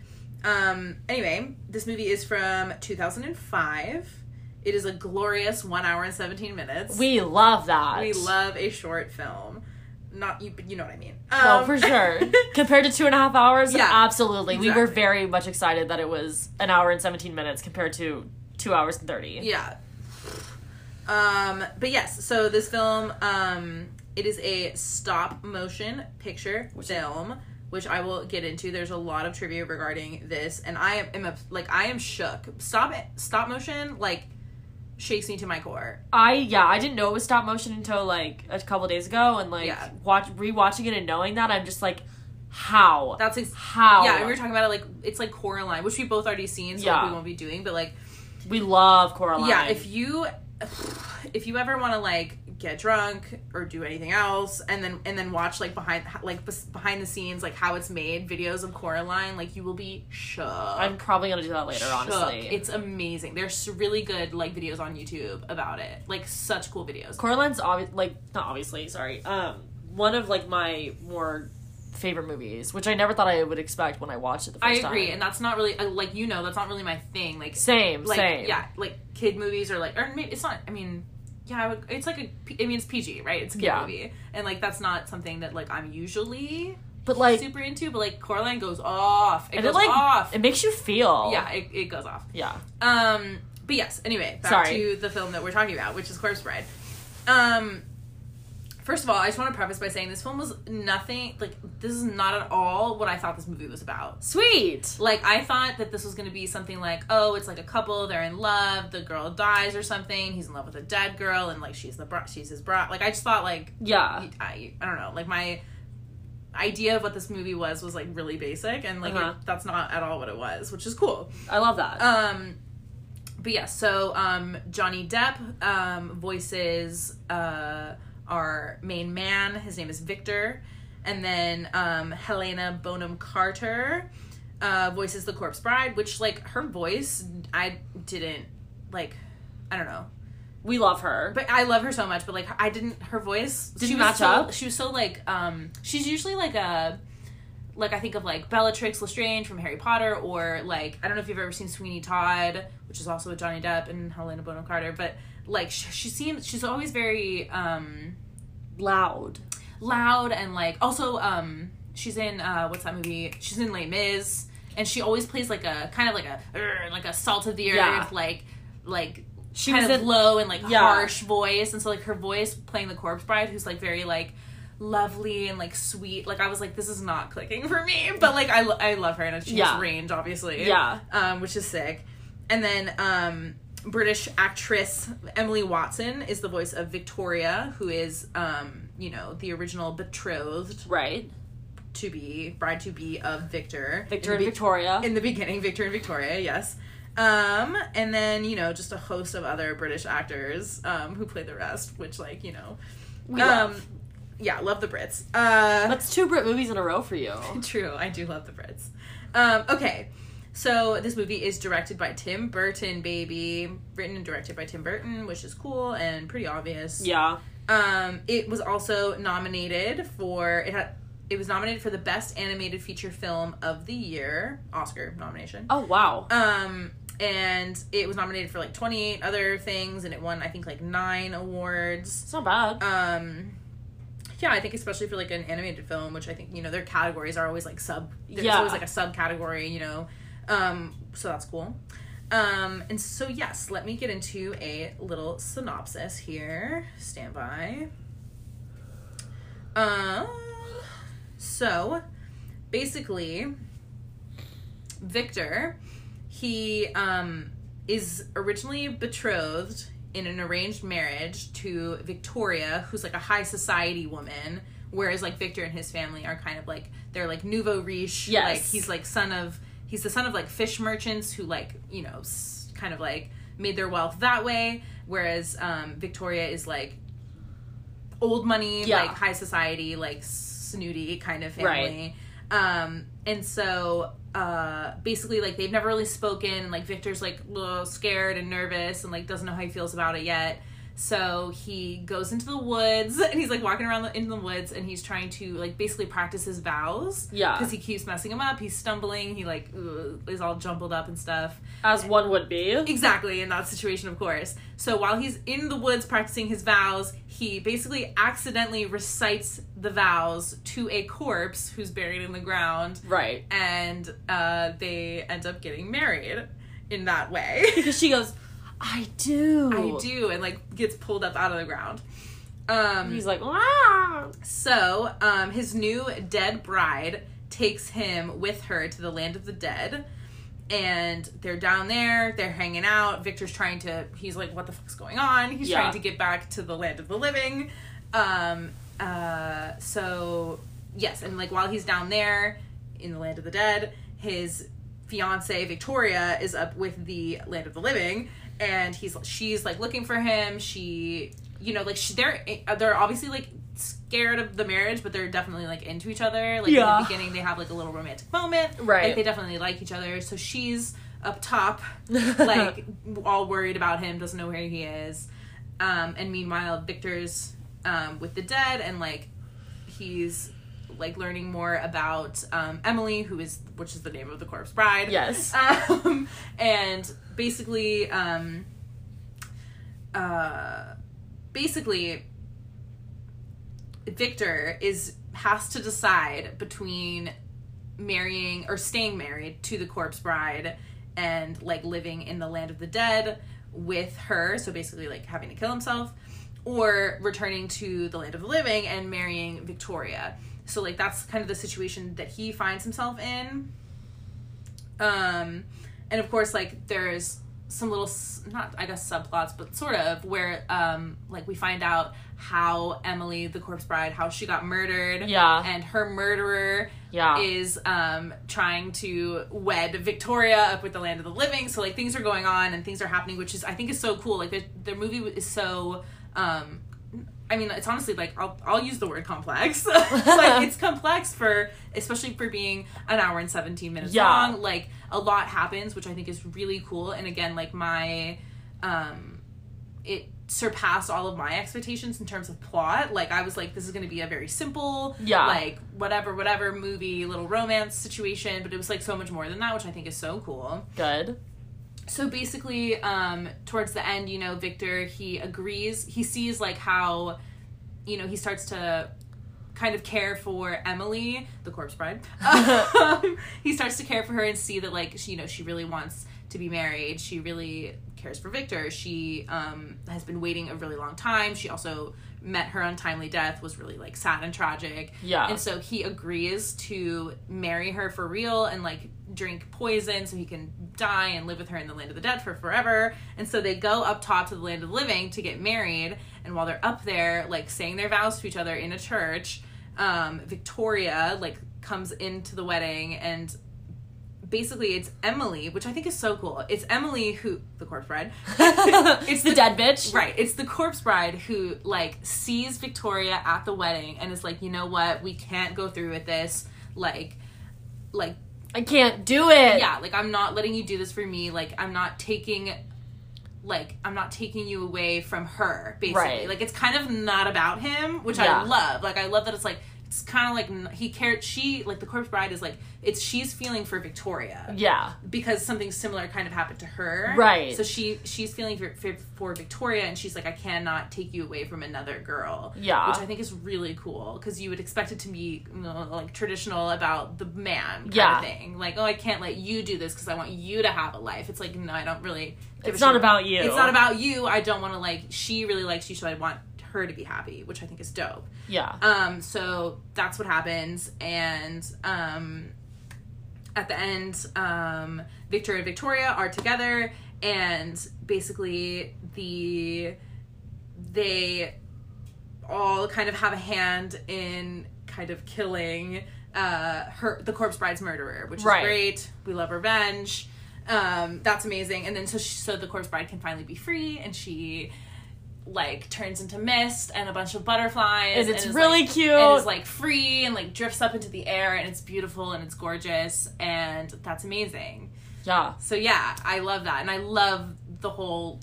[SPEAKER 2] Um, anyway, this movie is from 2005. It is a glorious one hour and 17 minutes.
[SPEAKER 1] we love that.
[SPEAKER 2] We love a short film. Not you, but you know what I mean.
[SPEAKER 1] No,
[SPEAKER 2] Um,
[SPEAKER 1] for sure. [LAUGHS] compared to two and a half hours,
[SPEAKER 2] Yeah.
[SPEAKER 1] absolutely. We were
[SPEAKER 2] Exactly.
[SPEAKER 1] very much excited that it was an hour and 17 minutes compared to two hours and 30.
[SPEAKER 2] [LAUGHS] yeah. Um, but yes, so this film, um, it is a stop motion picture film, which I will get into. There's a lot of trivia regarding this, and I am a, like I am shook. Stop it, stop motion like shakes me to my core.
[SPEAKER 1] I, yeah, I didn't know it was stop motion until like a couple days ago, and like
[SPEAKER 2] Yeah.
[SPEAKER 1] watch, rewatching it and knowing that, I'm just like, how?
[SPEAKER 2] That's ex-
[SPEAKER 1] how?
[SPEAKER 2] yeah. We were talking about it like it's like Coraline, which we both already seen, so like,
[SPEAKER 1] Yeah.
[SPEAKER 2] we won't be doing. But like
[SPEAKER 1] We love Coraline.
[SPEAKER 2] yeah if you [SIGHS] if you ever want to like get drunk or do anything else and then and then watch like behind like bes- behind the scenes like how it's made videos of coraline like you will be shook
[SPEAKER 1] I'm probably gonna do that later, honestly.
[SPEAKER 2] Shook. it's amazing there's really good like videos on youtube about it like such cool videos
[SPEAKER 1] Coraline's obvi- like not obviously, sorry. Um, one of like my more favorite movies, which I never thought I would expect when I watched it the
[SPEAKER 2] i
[SPEAKER 1] first time.
[SPEAKER 2] agree and that's not really uh, like you know that's not really my thing like
[SPEAKER 1] Same,
[SPEAKER 2] like
[SPEAKER 1] same.
[SPEAKER 2] yeah like kid movies or like or maybe it's not i mean yeah I would, it's like a P- i mean it's pg right it's a kid
[SPEAKER 1] Yeah.
[SPEAKER 2] movie and like that's not something that like i'm usually
[SPEAKER 1] But like,
[SPEAKER 2] super into, but like Coraline goes off. It
[SPEAKER 1] and
[SPEAKER 2] goes
[SPEAKER 1] it like
[SPEAKER 2] off.
[SPEAKER 1] it makes you feel.
[SPEAKER 2] yeah, it, it goes off.
[SPEAKER 1] yeah.
[SPEAKER 2] Um, but yes. Anyway, back
[SPEAKER 1] Sorry.
[SPEAKER 2] to the film that we're talking about, which is Corpse Bride. Um, first of all, I just want to preface by saying this film was nothing like this is not at all what I thought this movie was about.
[SPEAKER 1] Sweet.
[SPEAKER 2] Like I thought that this was going to be something like, oh, it's like a couple, they're in love, the girl dies or something, he's in love with a dead girl, and like she's the bra- she's his bra. Like I just thought like
[SPEAKER 1] Yeah.
[SPEAKER 2] I, I, I don't know. Like my idea of what this movie was was like really basic, and like
[SPEAKER 1] Uh-huh.
[SPEAKER 2] it- that's not at all what it was, which is cool.
[SPEAKER 1] I love that.
[SPEAKER 2] Um, but yeah, so um, Johnny Depp um, voices uh, our main man. His name is Victor, and then um, Helena Bonham Carter uh, voices the corpse bride, which like her voice, I didn't like. I don't know.
[SPEAKER 1] we love her.
[SPEAKER 2] But I love her so much. But like, I didn't. Her voice
[SPEAKER 1] Didn't
[SPEAKER 2] she was
[SPEAKER 1] match
[SPEAKER 2] so,
[SPEAKER 1] up?
[SPEAKER 2] She was so like. Um, she's usually like a, like I think of like Bellatrix Lestrange from Harry Potter, or like I don't know if you've ever seen Sweeney Todd, which is also with Johnny Depp and Helena Bonham Carter. But like, she, she seems she's always very um
[SPEAKER 1] Loud.
[SPEAKER 2] loud and like also um she's in uh what's that movie? She's in Les Mis, and she always plays like a kind of like a "Urgh," like a salt of the earth
[SPEAKER 1] Yeah.
[SPEAKER 2] like like
[SPEAKER 1] She
[SPEAKER 2] kind
[SPEAKER 1] was
[SPEAKER 2] of
[SPEAKER 1] in.
[SPEAKER 2] low and like
[SPEAKER 1] Yeah.
[SPEAKER 2] harsh voice, and so like her voice playing the corpse bride, who's like very like lovely and like sweet. Like I was like, this is not clicking for me, [LAUGHS] but like I, lo- I love her and she
[SPEAKER 1] Yeah.
[SPEAKER 2] has range, obviously.
[SPEAKER 1] Yeah.
[SPEAKER 2] um, which is sick. And then um, British actress Emily Watson is the voice of Victoria, who is um, you know the original betrothed
[SPEAKER 1] right.
[SPEAKER 2] to be bride to be of Victor.
[SPEAKER 1] Victor
[SPEAKER 2] In
[SPEAKER 1] and
[SPEAKER 2] the be-
[SPEAKER 1] Victoria.
[SPEAKER 2] in the beginning, Victor and Victoria, yes. Um, and then, you know, just a host of other British actors um, who play the rest, which, like, you know.
[SPEAKER 1] we
[SPEAKER 2] um,
[SPEAKER 1] love.
[SPEAKER 2] yeah, love the Brits. Uh,
[SPEAKER 1] That's two Brit movies in a row for you.
[SPEAKER 2] true, I do love the Brits. Um, okay, so this movie is directed by Tim Burton, baby. Written and directed by Tim Burton, which is cool and pretty obvious.
[SPEAKER 1] Yeah.
[SPEAKER 2] Um, it was also nominated for it had it was nominated for the best animated feature film of the year Oscar nomination.
[SPEAKER 1] Oh wow.
[SPEAKER 2] Um, and it was nominated for like 28 other things, and it won, I think, like nine awards.
[SPEAKER 1] It's not bad.
[SPEAKER 2] Um, yeah, I think especially for like an animated film, which I think you know their categories are always like sub. There's
[SPEAKER 1] Yeah.
[SPEAKER 2] always like a subcategory, you know. Um, so that's cool. Um, and so, yes, let me get into a little synopsis here. Stand by. Um, so, basically, Victor, he um, is originally betrothed in an arranged marriage to Victoria, who's like a high society woman. Whereas like Victor and his family are kind of like they're like nouveau riche.
[SPEAKER 1] Yes.
[SPEAKER 2] Like he's like son of he's the son of like fish merchants who like you know s- kind of like made their wealth that way. Whereas um, Victoria is like old money,
[SPEAKER 1] Yeah.
[SPEAKER 2] like high society, like snooty kind of family.
[SPEAKER 1] Right.
[SPEAKER 2] Um, and so uh, basically, like they've never really spoken, and like Victor's like a little scared and nervous, and like doesn't know how he feels about it yet. So he goes into the woods, [LAUGHS] and he's like walking around the, in the woods, and he's trying to like basically practice his vows.
[SPEAKER 1] Yeah.
[SPEAKER 2] because he keeps messing them up. He's stumbling. He like ugh, is all jumbled up and stuff.
[SPEAKER 1] As one would be.
[SPEAKER 2] Exactly, in that situation, of course. So while he's in the woods practicing his vows, he basically accidentally recites the vows to a corpse who's buried in the ground,
[SPEAKER 1] Right.
[SPEAKER 2] and uh, they end up getting married in that way. [LAUGHS]
[SPEAKER 1] Because she goes, I do.
[SPEAKER 2] I do, and like gets pulled up out of the ground. Um,
[SPEAKER 1] He's like, "Ah." wow.
[SPEAKER 2] So, um, his new dead bride takes him with her to the land of the dead. And they're down there, they're hanging out. Victor's trying to, he's like, what the fuck's going on? He's
[SPEAKER 1] Yeah.
[SPEAKER 2] trying to get back to the land of the living. Um, uh, so, yes, and like while he's down there in the land of the dead, his fiance Victoria is up with the land of the living, and he's she's like looking for him. She, you know, like she, they're eh, they're obviously like scared of the marriage, but they're definitely like into each other. Like
[SPEAKER 1] Yeah.
[SPEAKER 2] in the beginning, they have like a little romantic moment.
[SPEAKER 1] Right.
[SPEAKER 2] Like they definitely like each other. So she's up top, like [LAUGHS] all worried about him, doesn't know where he is. Um, and meanwhile, Victor's um, with the dead, and like he's like learning more about um, Emily, who is which is the name of the corpse bride.
[SPEAKER 1] [LAUGHS] Yes.
[SPEAKER 2] Um, [LAUGHS] and basically, um, uh, basically, Victor is has to decide between marrying or staying married to the corpse bride and like living in the land of the dead with her so basically like having to kill himself or returning to the land of the living and marrying victoria so like that's kind of the situation that he finds himself in um and of course like there's some little s- not i guess subplots but sort of where um like we find out how emily the corpse bride how she got murdered
[SPEAKER 1] Yeah.
[SPEAKER 2] and her murderer
[SPEAKER 1] Yeah.
[SPEAKER 2] is um trying to wed Victoria up with the land of the living. So like things are going on and things are happening, which is I think is so cool. Like their their movie is so um I mean it's honestly like I'll I'll use the word complex. [LAUGHS]
[SPEAKER 1] [LAUGHS]
[SPEAKER 2] like it's complex for especially for being an hour and seventeen minutes
[SPEAKER 1] Yeah.
[SPEAKER 2] long. Like a lot happens, which I think is really cool. And again, like my um it surpassed all of my expectations in terms of plot. Like I was like, this is gonna be a very simple,
[SPEAKER 1] Yeah.
[SPEAKER 2] like whatever, whatever movie, little romance situation, but it was like so much more than that, which I think is so cool.
[SPEAKER 1] Good.
[SPEAKER 2] So basically, um, towards the end, you know, Victor, he agrees, he sees like how, you know, he starts to kind of care for Emily, the corpse bride. Um, he starts to care for her and see that like she, you know she really wants to be married. She really cares for Victor. She um, has been waiting a really long time. She also met her untimely death was really like sad and tragic.
[SPEAKER 1] Yeah.
[SPEAKER 2] And so he agrees to marry her for real and like drink poison so he can die and live with her in the land of the dead for forever. And so they go up top to the land of the living to get married. And while they're up there, like saying their vows to each other in a church, um, Victoria like comes into the wedding and basically it's Emily, which I think is so cool. It's Emily who the corpse bride.
[SPEAKER 1] [LAUGHS]
[SPEAKER 2] [LAUGHS]
[SPEAKER 1] it's the, dead bitch.
[SPEAKER 2] Right. It's the corpse bride who like sees Victoria at the wedding and is like, you know what, we can't go through with this. Like like
[SPEAKER 1] I can't do it.
[SPEAKER 2] yeah, like I'm not letting you do this for me. Like I'm not taking like I'm not taking you away from her, basically.
[SPEAKER 1] Right.
[SPEAKER 2] Like it's kind of not about him, which
[SPEAKER 1] Yeah.
[SPEAKER 2] I love. Like I love that it's like it's it's kind of like n- he cared. She like the corpse bride is like it's she's feeling for Victoria
[SPEAKER 1] Yeah.
[SPEAKER 2] because something similar kind of happened to her.
[SPEAKER 1] Right.
[SPEAKER 2] So she she's feeling for, for, for Victoria, and she's like, I cannot take you away from another girl.
[SPEAKER 1] Yeah.
[SPEAKER 2] Which I think is really cool because you would expect it to be you know, like traditional about the man kind
[SPEAKER 1] Yeah.
[SPEAKER 2] of thing. Like, oh, I can't let you do this because I want you to have a life. It's like no, I don't really. give
[SPEAKER 1] It's
[SPEAKER 2] a
[SPEAKER 1] not
[SPEAKER 2] shit
[SPEAKER 1] about you.
[SPEAKER 2] It's not about you. I don't want to like. She really likes you, so I want her to be happy, which I think is dope.
[SPEAKER 1] Yeah.
[SPEAKER 2] Um, so that's what happens, and um, at the end, um, Victor and Victoria are together, and basically the they all kind of have a hand in kind of killing uh, her the corpse bride's murderer, which
[SPEAKER 1] Right.
[SPEAKER 2] is great. We love revenge. Um, that's amazing. And then so she, so the corpse bride can finally be free, and she like turns into mist and a bunch of butterflies.
[SPEAKER 1] And
[SPEAKER 2] and
[SPEAKER 1] it's
[SPEAKER 2] is,
[SPEAKER 1] really
[SPEAKER 2] like-
[SPEAKER 1] cute.
[SPEAKER 2] And is like free and like drifts up into the air, and it's beautiful and it's gorgeous, and that's amazing.
[SPEAKER 1] yeah.
[SPEAKER 2] So yeah, I love that, and I love the whole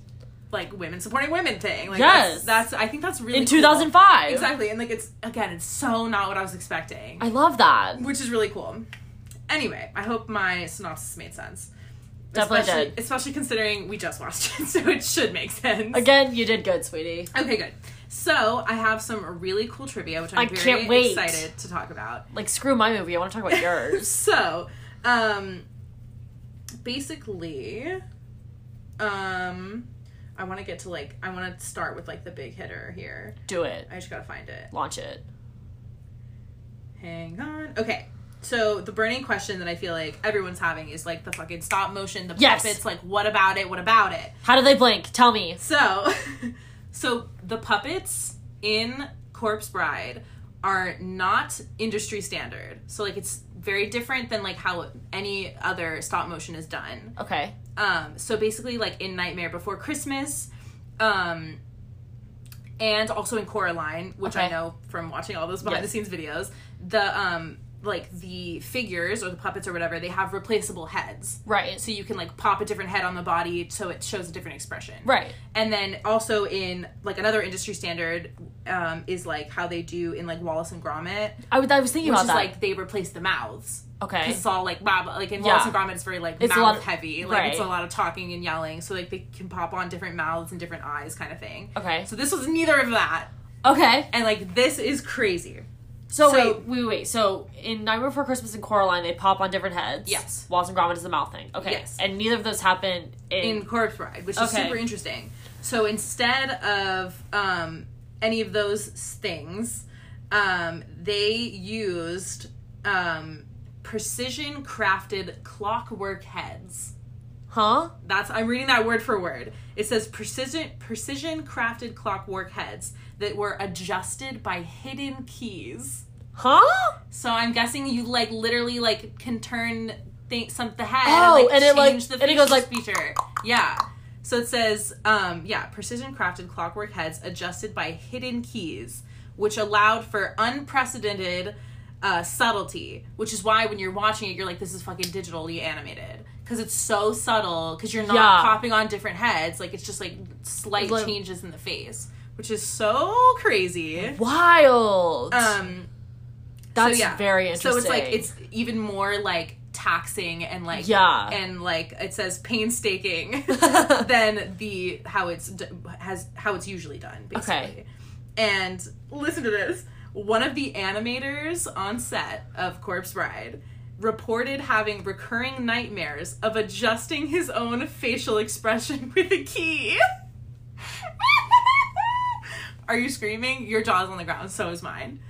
[SPEAKER 2] like women supporting women thing. Like
[SPEAKER 1] Yes.
[SPEAKER 2] that's, that's I think that's really
[SPEAKER 1] In
[SPEAKER 2] cool.
[SPEAKER 1] 2005.
[SPEAKER 2] Exactly, and like it's again, it's so not what I was expecting
[SPEAKER 1] I love that.
[SPEAKER 2] which is really cool. Anyway, I hope my synopsis made sense.
[SPEAKER 1] Definitely
[SPEAKER 2] especially,
[SPEAKER 1] did.
[SPEAKER 2] Especially considering we just watched it, [LAUGHS] so it should make sense.
[SPEAKER 1] Again, you did good, sweetie.
[SPEAKER 2] Okay, good. So I have some really cool trivia, which I'm
[SPEAKER 1] I
[SPEAKER 2] very
[SPEAKER 1] can't wait.
[SPEAKER 2] excited to talk about.
[SPEAKER 1] Like, screw my movie. I want to talk about
[SPEAKER 2] [LAUGHS]
[SPEAKER 1] yours.
[SPEAKER 2] So, um, basically, um, I want to get to like I want to start with like the big hitter here.
[SPEAKER 1] Do it.
[SPEAKER 2] I just gotta find it.
[SPEAKER 1] Launch it.
[SPEAKER 2] Hang on. Okay. So the burning question that I feel like everyone's having is like the fucking stop motion, the
[SPEAKER 1] Yes.
[SPEAKER 2] puppets, like what about it? What about it?
[SPEAKER 1] How do they blink? Tell me.
[SPEAKER 2] So [LAUGHS] so the puppets in Corpse Bride are not industry standard. So like it's very different than like how any other stop motion is done.
[SPEAKER 1] Okay.
[SPEAKER 2] Um, so basically, like in Nightmare Before Christmas, um, and also in Coraline, which I
[SPEAKER 1] Okay.
[SPEAKER 2] know from watching all those behind
[SPEAKER 1] Yes.
[SPEAKER 2] the scenes videos, the um, like the figures or the puppets or whatever, they have replaceable heads.
[SPEAKER 1] Right.
[SPEAKER 2] So you can like pop a different head on the body so it shows a different expression.
[SPEAKER 1] Right.
[SPEAKER 2] And then also in like another industry standard um, is like how they do in like Wallace and Gromit,
[SPEAKER 1] I was, I was thinking
[SPEAKER 2] which
[SPEAKER 1] about
[SPEAKER 2] is
[SPEAKER 1] that.
[SPEAKER 2] like they replace the mouths.
[SPEAKER 1] okay.
[SPEAKER 2] 'Cause it's all like blah, blah like in
[SPEAKER 1] Yeah.
[SPEAKER 2] Wallace and Gromit it's very like
[SPEAKER 1] It's a
[SPEAKER 2] mouth
[SPEAKER 1] lot of-
[SPEAKER 2] heavy like it's a
[SPEAKER 1] right.
[SPEAKER 2] lot of talking and yelling so like they can pop on different mouths and different eyes kind of thing
[SPEAKER 1] Okay.
[SPEAKER 2] so this was neither of that
[SPEAKER 1] Okay.
[SPEAKER 2] and like this is crazy
[SPEAKER 1] So,
[SPEAKER 2] So-
[SPEAKER 1] wait, wait, wait. So in Nightmare Before Christmas and Coraline, they pop on different heads.
[SPEAKER 2] Yes.
[SPEAKER 1] Wallace and Gromit is the mouth thing. Okay.
[SPEAKER 2] Yes.
[SPEAKER 1] And neither of those happen in.
[SPEAKER 2] in Corpse Bride which is
[SPEAKER 1] Okay.
[SPEAKER 2] super interesting so instead of um any of those things um they used um precision crafted clockwork heads
[SPEAKER 1] huh?
[SPEAKER 2] That's I'm reading that word for word. It says precision precision crafted clockwork heads that were adjusted by hidden keys.
[SPEAKER 1] Huh?
[SPEAKER 2] So I'm guessing you like literally like can turn th- some the head
[SPEAKER 1] Oh,
[SPEAKER 2] and
[SPEAKER 1] and it,
[SPEAKER 2] like
[SPEAKER 1] like-
[SPEAKER 2] change the
[SPEAKER 1] and it goes,
[SPEAKER 2] facial
[SPEAKER 1] like-
[SPEAKER 2] feature. Yeah. So it says um yeah, precision crafted clockwork heads adjusted by hidden keys, which allowed for unprecedented uh, subtlety, which is why when you're watching it, you're like, this is fucking digitally animated. Because it's so subtle, because you're not
[SPEAKER 1] Yeah.
[SPEAKER 2] popping on different heads. Like, it's just like slight
[SPEAKER 1] Like-
[SPEAKER 2] changes in the face, which is so crazy.
[SPEAKER 1] Wild.
[SPEAKER 2] Um,
[SPEAKER 1] That's
[SPEAKER 2] yeah.
[SPEAKER 1] very interesting.
[SPEAKER 2] so it's like it's even more like taxing and like
[SPEAKER 1] Yeah.
[SPEAKER 2] and like it says
[SPEAKER 1] [LAUGHS]
[SPEAKER 2] painstaking than the how it's d- has how it's usually done basically.
[SPEAKER 1] Okay.
[SPEAKER 2] And listen to this. One of the animators on set of Corpse Bride reported having recurring nightmares of adjusting his own facial expression [LAUGHS] with a key. Are you screaming? Your jaw's on the ground, so is mine.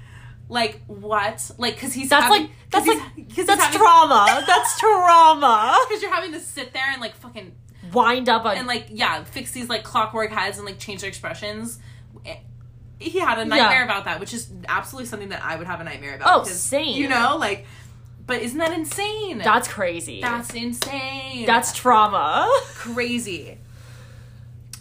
[SPEAKER 2] Like what? Like because he's
[SPEAKER 1] That's
[SPEAKER 2] having-
[SPEAKER 1] like- that's
[SPEAKER 2] 'cause
[SPEAKER 1] like-
[SPEAKER 2] he's- 'cause he's
[SPEAKER 1] That's
[SPEAKER 2] having- [LAUGHS]
[SPEAKER 1] trauma. That's trauma.
[SPEAKER 2] because you're having to sit there and like fucking
[SPEAKER 1] Wind up on.
[SPEAKER 2] and like yeah fix these like clockwork heads and like change their expressions Eh, he had a
[SPEAKER 1] Yeah.
[SPEAKER 2] nightmare about that which is absolutely something that i would have a nightmare about
[SPEAKER 1] Oh,
[SPEAKER 2] because,
[SPEAKER 1] same.
[SPEAKER 2] you know like but isn't that insane
[SPEAKER 1] that's crazy. That's,
[SPEAKER 2] that's insane
[SPEAKER 1] trauma.
[SPEAKER 2] crazy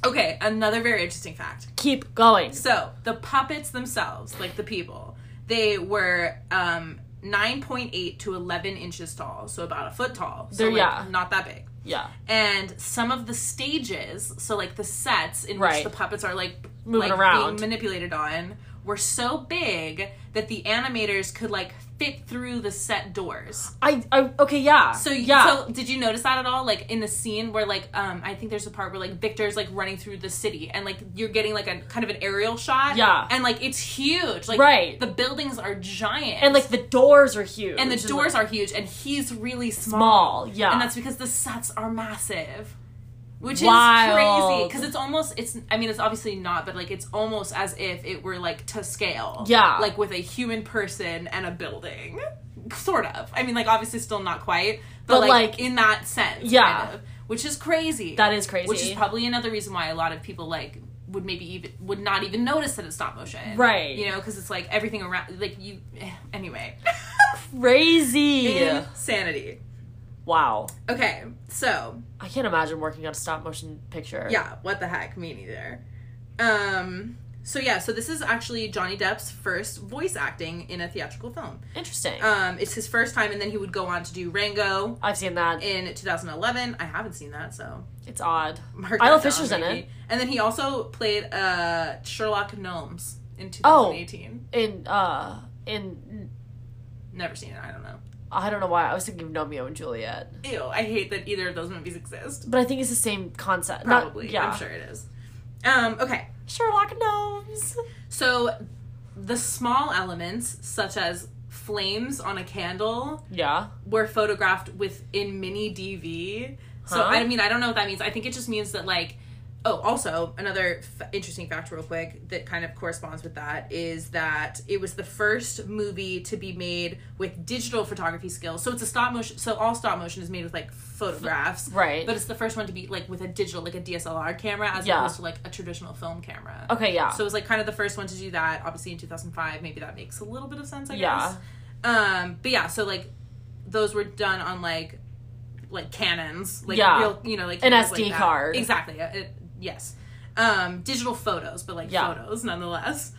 [SPEAKER 2] okay another very interesting fact
[SPEAKER 1] Keep going.
[SPEAKER 2] so the puppets themselves like the people they were um 9.8 to 11 inches tall so about a foot tall so
[SPEAKER 1] They're-
[SPEAKER 2] like,
[SPEAKER 1] yeah.
[SPEAKER 2] not that big
[SPEAKER 1] yeah.
[SPEAKER 2] and some of the stages, so like the sets in
[SPEAKER 1] Right.
[SPEAKER 2] which the puppets are like
[SPEAKER 1] Moving
[SPEAKER 2] like
[SPEAKER 1] around.
[SPEAKER 2] being manipulated on, were so big that the animators could like fit through the set doors.
[SPEAKER 1] I, I okay, yeah.
[SPEAKER 2] So you-
[SPEAKER 1] Uh, yeah,
[SPEAKER 2] so did you notice that at all? Like in the scene where like um I think there's a part where like Victor's like running through the city and like you're getting like a kind of an aerial shot.
[SPEAKER 1] Yeah.
[SPEAKER 2] And like it's huge. Like
[SPEAKER 1] Right.
[SPEAKER 2] the buildings are giant.
[SPEAKER 1] and like the doors are huge,
[SPEAKER 2] and the doors
[SPEAKER 1] like,
[SPEAKER 2] are huge and he's really small.
[SPEAKER 1] small. Yeah,
[SPEAKER 2] And that's because the sets are massive. Which is crazy
[SPEAKER 1] Wild.
[SPEAKER 2] because it's almost it's I mean it's obviously not but like it's almost as if it were like to scale.
[SPEAKER 1] Yeah.
[SPEAKER 2] Like with a human person and a building. Sort of. I mean like obviously still not quite,
[SPEAKER 1] But,
[SPEAKER 2] but, like,
[SPEAKER 1] like,
[SPEAKER 2] in that sense
[SPEAKER 1] yeah.
[SPEAKER 2] kind of, which is crazy.
[SPEAKER 1] that is crazy.
[SPEAKER 2] Which is probably another reason why a lot of people like would maybe even would not even notice that it's stop motion.
[SPEAKER 1] Right.
[SPEAKER 2] You know, because it's like everything around like you eh,
[SPEAKER 1] [LAUGHS]
[SPEAKER 2] anyway.
[SPEAKER 1] crazy.
[SPEAKER 2] Insanity.
[SPEAKER 1] Wow,
[SPEAKER 2] Okay, so
[SPEAKER 1] I can't imagine working on a stop motion picture.
[SPEAKER 2] yeah, what the heck? Me neither. Um, so yeah, so this is actually Johnny Depp's first voice acting in a theatrical film.
[SPEAKER 1] interesting.
[SPEAKER 2] Um, it's his first time, and then he would go on to do Rango
[SPEAKER 1] I've seen that.
[SPEAKER 2] in 2011. I haven't seen that, so
[SPEAKER 1] It's odd.
[SPEAKER 2] mark
[SPEAKER 1] Isla
[SPEAKER 2] that down,
[SPEAKER 1] Fisher's in
[SPEAKER 2] maybe.
[SPEAKER 1] it.
[SPEAKER 2] And then he also played uh Sherlock Gnomes in
[SPEAKER 1] Oh.
[SPEAKER 2] 2018.
[SPEAKER 1] In uh, in
[SPEAKER 2] Never seen it. I don't know.
[SPEAKER 1] I don't know why I was thinking of Romeo and Juliet,
[SPEAKER 2] Ew, I hate that either of those movies exist.
[SPEAKER 1] but I think it's the same concept. Not-
[SPEAKER 2] Probably,
[SPEAKER 1] yeah.
[SPEAKER 2] I'm sure it is. Um, okay.
[SPEAKER 1] Sherlock gnomes.
[SPEAKER 2] So, the small elements, such as flames on a candle,
[SPEAKER 1] Yeah.
[SPEAKER 2] were photographed within mini DV. So,
[SPEAKER 1] Huh?
[SPEAKER 2] I mean, I don't know what that means. I think it just means that, like, oh, also, another f- interesting fact, real quick, that kind of corresponds with that is that it was the first movie to be made with digital photography skills. So, it's a stop motion. So, all stop motion is made with, like, photographs.
[SPEAKER 1] Right.
[SPEAKER 2] But it's the first one to be, like, with a digital, like a DSLR camera, as
[SPEAKER 1] Yeah.
[SPEAKER 2] opposed to, like, a traditional film camera.
[SPEAKER 1] okay. Yeah.
[SPEAKER 2] So it was like kind of the first one to do that, obviously in 2005. Maybe that makes a little bit of sense, I
[SPEAKER 1] Yeah.
[SPEAKER 2] guess. Um, but yeah, so like those were done on like like cannons, like
[SPEAKER 1] Yeah.
[SPEAKER 2] real, you know, like
[SPEAKER 1] An
[SPEAKER 2] cameras like
[SPEAKER 1] SD
[SPEAKER 2] that.
[SPEAKER 1] card.
[SPEAKER 2] Exactly. uh, it- yes. Um, digital photos, but like
[SPEAKER 1] Yeah.
[SPEAKER 2] photos nonetheless.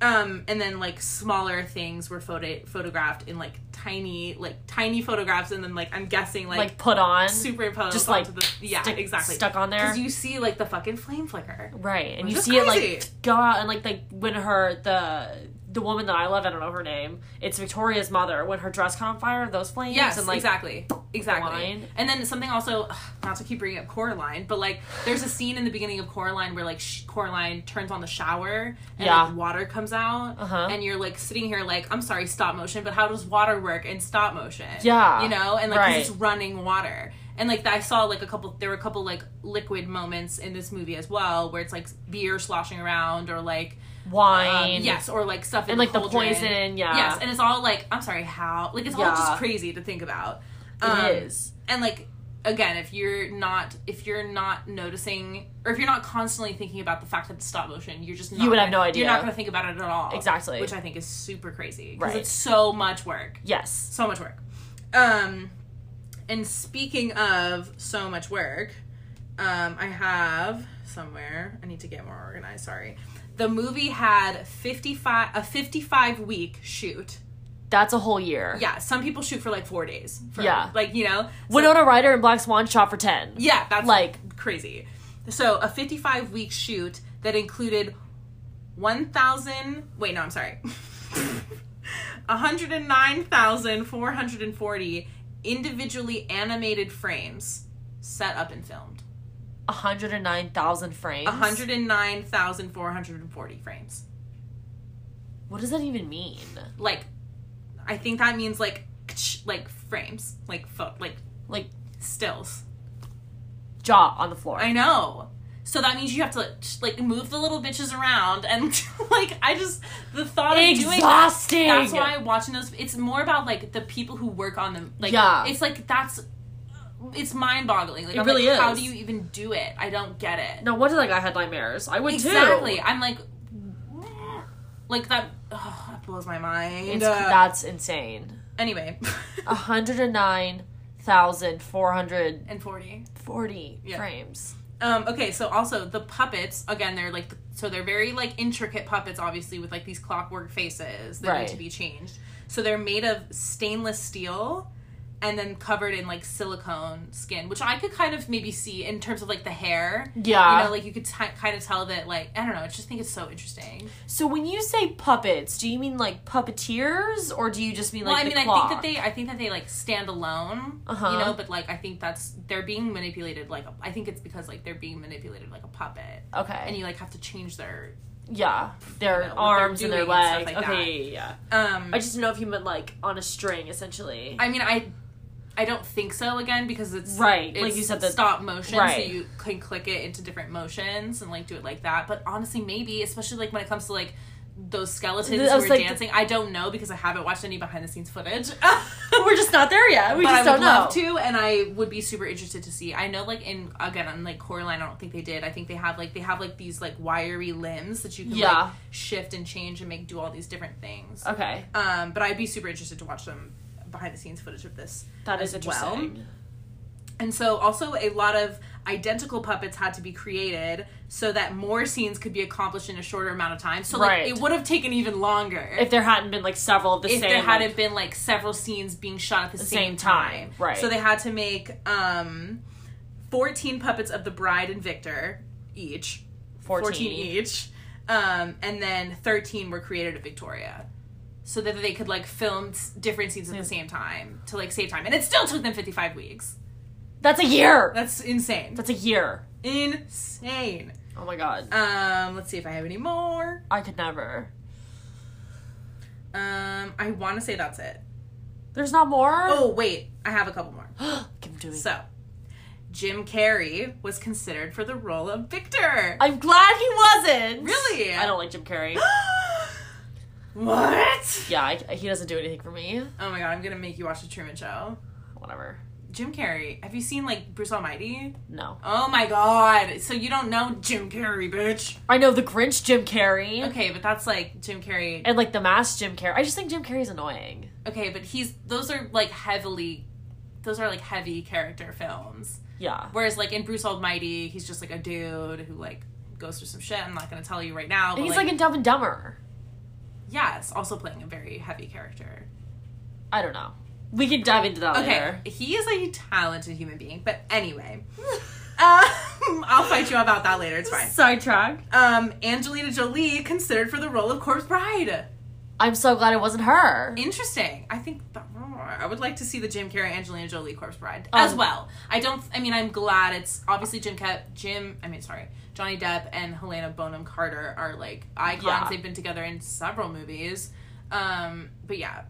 [SPEAKER 2] Um, and then like smaller things were photo photographed in like tiny like tiny photographs, and then like I'm guessing
[SPEAKER 1] like,
[SPEAKER 2] like,
[SPEAKER 1] put on.
[SPEAKER 2] superimposed
[SPEAKER 1] just,
[SPEAKER 2] onto
[SPEAKER 1] like,
[SPEAKER 2] the yeah
[SPEAKER 1] stick-
[SPEAKER 2] exactly
[SPEAKER 1] Stuck on there.
[SPEAKER 2] because you see like the fucking flame flicker.
[SPEAKER 1] Right, and
[SPEAKER 2] Which
[SPEAKER 1] you
[SPEAKER 2] is
[SPEAKER 1] see it
[SPEAKER 2] crazy.
[SPEAKER 1] like God, and like like when her the the woman that I love, I don't know her name. It's Victoria's mother when her dress caught on fire. Those flames,
[SPEAKER 2] Yes,
[SPEAKER 1] and like
[SPEAKER 2] exactly, exactly.
[SPEAKER 1] Line.
[SPEAKER 2] And then something also, ugh, not to keep bringing up Coraline, but like there's a scene in the beginning of Coraline where like sh- Coraline turns on the shower and
[SPEAKER 1] Yeah.
[SPEAKER 2] like, water comes out,
[SPEAKER 1] Uh-huh.
[SPEAKER 2] and you're like sitting here like I'm sorry, stop motion, but how does water work in stop motion?
[SPEAKER 1] Yeah.
[SPEAKER 2] you know, and like 'cause
[SPEAKER 1] Right.
[SPEAKER 2] it's running water. And like I saw like a couple, there were a couple like liquid moments in this movie as well, where it's like beer sloshing around or like um,
[SPEAKER 1] wine,
[SPEAKER 2] yes, or like stuff in
[SPEAKER 1] and like the
[SPEAKER 2] cauldron.
[SPEAKER 1] poison, yeah,
[SPEAKER 2] Yes, and it's all like I'm sorry, how like it's all
[SPEAKER 1] Yeah.
[SPEAKER 2] just crazy to think about. um,
[SPEAKER 1] it is.
[SPEAKER 2] And like again, if you're not if you're not noticing or if you're not constantly thinking about the fact that it's stop motion, you're just not
[SPEAKER 1] You would have
[SPEAKER 2] gonna-
[SPEAKER 1] no
[SPEAKER 2] You're not
[SPEAKER 1] idea.
[SPEAKER 2] going to think about it at all.
[SPEAKER 1] Exactly.
[SPEAKER 2] which I think is super crazy because
[SPEAKER 1] Right.
[SPEAKER 2] it's so much work,
[SPEAKER 1] Yes,
[SPEAKER 2] so much work. Um, and speaking of so much work, um, I have somewhere. I need to get more organized. Sorry. The movie had fifty five a fifty five week shoot.
[SPEAKER 1] that's a whole year.
[SPEAKER 2] Yeah, some people shoot for like four days. For,
[SPEAKER 1] Yeah.
[SPEAKER 2] like you know, so-
[SPEAKER 1] Winona Ryder and Black Swan shot for ten.
[SPEAKER 2] yeah, that's
[SPEAKER 1] Like-
[SPEAKER 2] like crazy. So a 55 week shoot that included 1,000. Wait, no, I'm sorry. [LAUGHS] 109,440 individually animated frames set up and filmed.
[SPEAKER 1] hundred and nine thousand frames.
[SPEAKER 2] 109,440 frames.
[SPEAKER 1] What does that even mean?
[SPEAKER 2] Like, I think that means like, like frames, like fo- like
[SPEAKER 1] Like
[SPEAKER 2] stills.
[SPEAKER 1] jaw on the floor.
[SPEAKER 2] I know. So that means you have to like move the little bitches around and [LAUGHS] like I just the thought of doing that,
[SPEAKER 1] Exhausting.
[SPEAKER 2] that's why watching those it's more about like the people who work on them like
[SPEAKER 1] Yeah.
[SPEAKER 2] it's like that's it's mind boggling like
[SPEAKER 1] It
[SPEAKER 2] I'm
[SPEAKER 1] really
[SPEAKER 2] like, how
[SPEAKER 1] is.
[SPEAKER 2] do you even do it I don't get it
[SPEAKER 1] No wonder that guy had nightmares. I would
[SPEAKER 2] exactly
[SPEAKER 1] too.
[SPEAKER 2] I'm like like that ugh, that blows my mind
[SPEAKER 1] It's, Uh-huh.
[SPEAKER 2] Uh,
[SPEAKER 1] that's insane.
[SPEAKER 2] anyway [LAUGHS]
[SPEAKER 1] 109,440
[SPEAKER 2] and 40 Yeah.
[SPEAKER 1] frames.
[SPEAKER 2] Um, okay, so also the puppets again, they're like so they're very like intricate puppets, obviously with like these clockwork faces that need
[SPEAKER 1] Right.
[SPEAKER 2] to be changed. So they're made of stainless steel and then covered in like silicone skin, which I could kind of maybe see in terms of like the hair.
[SPEAKER 1] Yeah.
[SPEAKER 2] You know, like you could t- kind of tell that like I don't know. I just think it's so interesting.
[SPEAKER 1] So when you say puppets, do you mean like puppeteers, or do you just mean like?
[SPEAKER 2] well, I
[SPEAKER 1] the
[SPEAKER 2] mean, I think that they, I think that they like stand alone,
[SPEAKER 1] Uh-huh.
[SPEAKER 2] you know. But like, I think that's they're being manipulated. Like, I think it's because like they're being manipulated like a puppet,
[SPEAKER 1] they. Okay.
[SPEAKER 2] and you like have to change their.
[SPEAKER 1] yeah, their
[SPEAKER 2] know, what
[SPEAKER 1] arms
[SPEAKER 2] they're
[SPEAKER 1] and their
[SPEAKER 2] doing and
[SPEAKER 1] legs.
[SPEAKER 2] stuff like
[SPEAKER 1] okay. Yeah, yeah.
[SPEAKER 2] Um,
[SPEAKER 1] I just didn't know if you meant like on a string, essentially.
[SPEAKER 2] I mean, I, I don't think so again because it's
[SPEAKER 1] Right,
[SPEAKER 2] it's
[SPEAKER 1] like you said, the-
[SPEAKER 2] stop motion, so
[SPEAKER 1] right.
[SPEAKER 2] you can click it into different motions and like do it like that. But honestly, maybe especially like when it comes to like those skeletons
[SPEAKER 1] I
[SPEAKER 2] who
[SPEAKER 1] was
[SPEAKER 2] are
[SPEAKER 1] like-
[SPEAKER 2] dancing, I don't know because I haven't watched any behind the scenes footage.
[SPEAKER 1] [LAUGHS] [LAUGHS] We're just not there yet. We
[SPEAKER 2] but
[SPEAKER 1] just
[SPEAKER 2] I
[SPEAKER 1] don't
[SPEAKER 2] would
[SPEAKER 1] know.
[SPEAKER 2] love to, and I would be super interested to see. I know, like in again, on like Coraline, I don't think they did. I think they have like they have like these like wiry limbs that you can like
[SPEAKER 1] Yeah.
[SPEAKER 2] shift and change and make do all these different things.
[SPEAKER 1] Okay,
[SPEAKER 2] Um, but I'd be super interested to watch some behind the scenes footage of this.
[SPEAKER 1] that is
[SPEAKER 2] As well.
[SPEAKER 1] interesting.
[SPEAKER 2] And so, also a lot of identical puppets had to be created so that more scenes could be accomplished in a shorter amount of time. So, like,
[SPEAKER 1] Right.
[SPEAKER 2] it would have taken even longer
[SPEAKER 1] If there hadn't been like several of the
[SPEAKER 2] if
[SPEAKER 1] same,
[SPEAKER 2] there hadn't
[SPEAKER 1] like-
[SPEAKER 2] been like several scenes being shot at the,
[SPEAKER 1] same
[SPEAKER 2] same,
[SPEAKER 1] time,
[SPEAKER 2] time.
[SPEAKER 1] right.
[SPEAKER 2] So they had to make um 14 puppets of the bride and Victor each. 14,
[SPEAKER 1] 14.
[SPEAKER 2] each. Um and then 13 were created at Victoria. So that they could like film s- different scenes at the same time to like save time. And it still took them 55 weeks.
[SPEAKER 1] that's a year.
[SPEAKER 2] That's insane.
[SPEAKER 1] That's a year.
[SPEAKER 2] insane.
[SPEAKER 1] Oh my god,
[SPEAKER 2] Um let's see if I have any more.
[SPEAKER 1] I could never.
[SPEAKER 2] Um I want to say that's it.
[SPEAKER 1] There's not more. [GASPS]
[SPEAKER 2] Oh wait, I have a couple more.
[SPEAKER 1] Give them to me.
[SPEAKER 2] So, Jim Carrey was considered for the role of Victor. [GASPS]
[SPEAKER 1] I'm glad he wasn't.
[SPEAKER 2] Really?
[SPEAKER 1] I don't like Jim Carrey. [GASPS]
[SPEAKER 2] what?
[SPEAKER 1] yeah, I, he doesn't do anything for me.
[SPEAKER 2] Oh my god, I'm gonna make you watch the Truman Show.
[SPEAKER 1] Whatever.
[SPEAKER 2] Jim Carrey, have you seen like Bruce Almighty?
[SPEAKER 1] No.
[SPEAKER 2] Oh my god, so you don't know Jim Carrey, bitch.
[SPEAKER 1] I know the Grinch Jim Carrey
[SPEAKER 2] Okay, but that's like Jim Carrey.
[SPEAKER 1] and like the Mask Jim Carrey. I just think Jim Carrey's annoying.
[SPEAKER 2] Okay, but he's those are like heavily, those are like heavy character films.
[SPEAKER 1] Yeah.
[SPEAKER 2] Whereas like in Bruce Almighty, he's just like a dude who like goes through some shit. I'm not gonna tell you right now. But,
[SPEAKER 1] And he's like in Dumb and Dumber.
[SPEAKER 2] yes, also playing a very heavy character.
[SPEAKER 1] I don't know. We can dive into that
[SPEAKER 2] Okay, [LAUGHS]
[SPEAKER 1] later.
[SPEAKER 2] he is a talented human being, but anyway, um, [LAUGHS] I'll fight you about that later. It's fine.
[SPEAKER 1] Sidetrack.
[SPEAKER 2] Um, Angelina Jolie considered for the role of Corpse Bride.
[SPEAKER 1] I'm so glad it wasn't her.
[SPEAKER 2] Interesting. I think oh, I would like to see the Jim Carrey Angelina Jolie Corpse Bride
[SPEAKER 1] Um,
[SPEAKER 2] as well. I don't. I mean, I'm glad it's obviously Jim Cap, Jim. I mean, sorry, Johnny Depp and Helena Bonham Carter are like icons.
[SPEAKER 1] Yeah.
[SPEAKER 2] They've been together in several movies. Um, but yeah.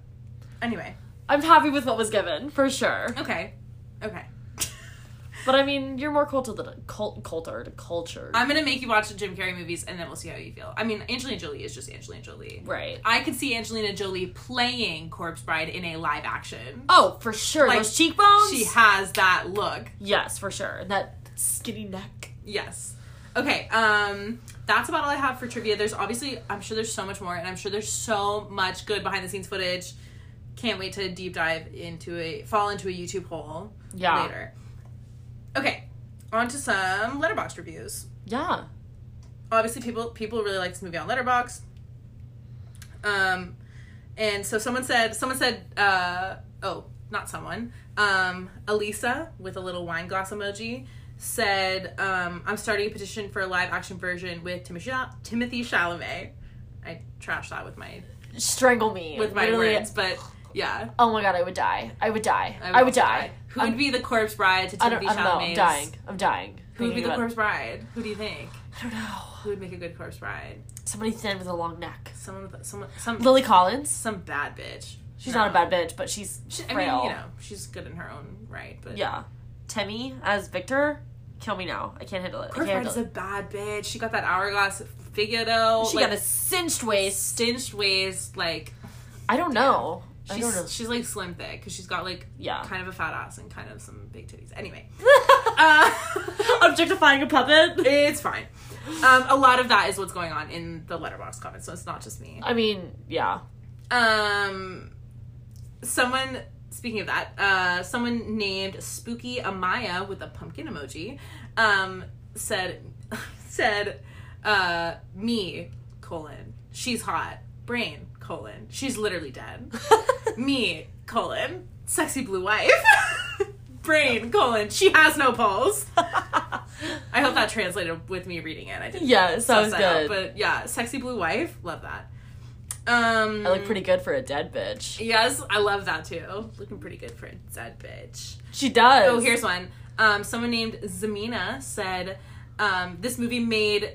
[SPEAKER 2] Anyway,
[SPEAKER 1] I'm happy with what was given for sure.
[SPEAKER 2] okay, okay. [LAUGHS]
[SPEAKER 1] But I mean, you're more cultured than cult, cultured, cultured,
[SPEAKER 2] I'm gonna make you watch the Jim Carrey movies, and then we'll see how you feel. I mean, Angelina Jolie is just Angelina Jolie.
[SPEAKER 1] right?
[SPEAKER 2] I could see Angelina Jolie playing Corpse Bride in a live action.
[SPEAKER 1] Oh, for sure.
[SPEAKER 2] Like,
[SPEAKER 1] Those cheekbones.
[SPEAKER 2] She has that look.
[SPEAKER 1] yes, for sure. And that skinny neck.
[SPEAKER 2] Yes. Okay. Um, that's about all I have for trivia. There's obviously, I'm sure there's so much more, and I'm sure there's so much good behind the scenes footage. Can't wait to deep dive into a fall into a YouTube hole
[SPEAKER 1] Yeah.
[SPEAKER 2] later. Okay, on to some letterbox reviews.
[SPEAKER 1] Yeah.
[SPEAKER 2] obviously people people really like this movie on Letterbox. Um, and so someone said someone said uh oh not someone um Elisa with a little wine glass emoji said um I'm starting a petition for a live action version with Timothy Timothy Chalamet. I trashed that with my
[SPEAKER 1] Strangle me
[SPEAKER 2] with my
[SPEAKER 1] Literally,
[SPEAKER 2] words, but yeah.
[SPEAKER 1] Oh my god, I would die. I would die. I would
[SPEAKER 2] also
[SPEAKER 1] die.
[SPEAKER 2] Who
[SPEAKER 1] I'm-
[SPEAKER 2] would be the corpse bride to
[SPEAKER 1] I don't,
[SPEAKER 2] Timothy
[SPEAKER 1] I don't know. I'm
[SPEAKER 2] Chalamet?
[SPEAKER 1] dying. I'm dying.
[SPEAKER 2] Who would
[SPEAKER 1] Thinking
[SPEAKER 2] be the
[SPEAKER 1] about-
[SPEAKER 2] corpse bride? Who do you think?
[SPEAKER 1] I don't know.
[SPEAKER 2] Who would make a good corpse bride?
[SPEAKER 1] Somebody thin with a long neck.
[SPEAKER 2] Someone with someone some
[SPEAKER 1] Lily Collins.
[SPEAKER 2] some bad bitch.
[SPEAKER 1] She's
[SPEAKER 2] No.
[SPEAKER 1] not a bad bitch, but she's
[SPEAKER 2] She- I
[SPEAKER 1] frail.
[SPEAKER 2] mean, you know, she's good in her own right, but
[SPEAKER 1] Yeah. Temmie as Victor. Kill me now. I can't handle it. I
[SPEAKER 2] Corpse
[SPEAKER 1] can't
[SPEAKER 2] Bride
[SPEAKER 1] handle
[SPEAKER 2] is a bad bitch. She got that hourglass figure though.
[SPEAKER 1] it. She
[SPEAKER 2] like,
[SPEAKER 1] got a cinched waist.
[SPEAKER 2] cinched waist. Like
[SPEAKER 1] I don't know. I
[SPEAKER 2] she's
[SPEAKER 1] don't know.
[SPEAKER 2] she's like slim thick because she's got like
[SPEAKER 1] Yeah.
[SPEAKER 2] [LAUGHS] kind of a fat ass and kind of some big titties. [LAUGHS] Anyway, uh,
[SPEAKER 1] Objectifying a puppet.
[SPEAKER 2] it's [LAUGHS] fine. Um, a lot of that is what's going on in the letterbox comments, so it's not just me.
[SPEAKER 1] I mean,
[SPEAKER 2] [LAUGHS]
[SPEAKER 1] yeah.
[SPEAKER 2] Um, someone speaking of that, uh, someone named Spooky Amaya with a pumpkin emoji, um, said [LAUGHS] said uh, me colon she's hot brain colon she's literally dead me colon sexy blue wife. [LAUGHS] Brain, colon, she has no balls. I hope that translated with me reading it. I didn't.
[SPEAKER 1] yeah, it sounds
[SPEAKER 2] suss that
[SPEAKER 1] good.
[SPEAKER 2] out, but yeah, sexy blue wife, love that. Um,
[SPEAKER 1] I look pretty good for a dead bitch.
[SPEAKER 2] Yes, I love that too. Looking pretty good for a dead bitch.
[SPEAKER 1] She does.
[SPEAKER 2] Oh, here's one. Um, someone named Zamina said, um, "This movie made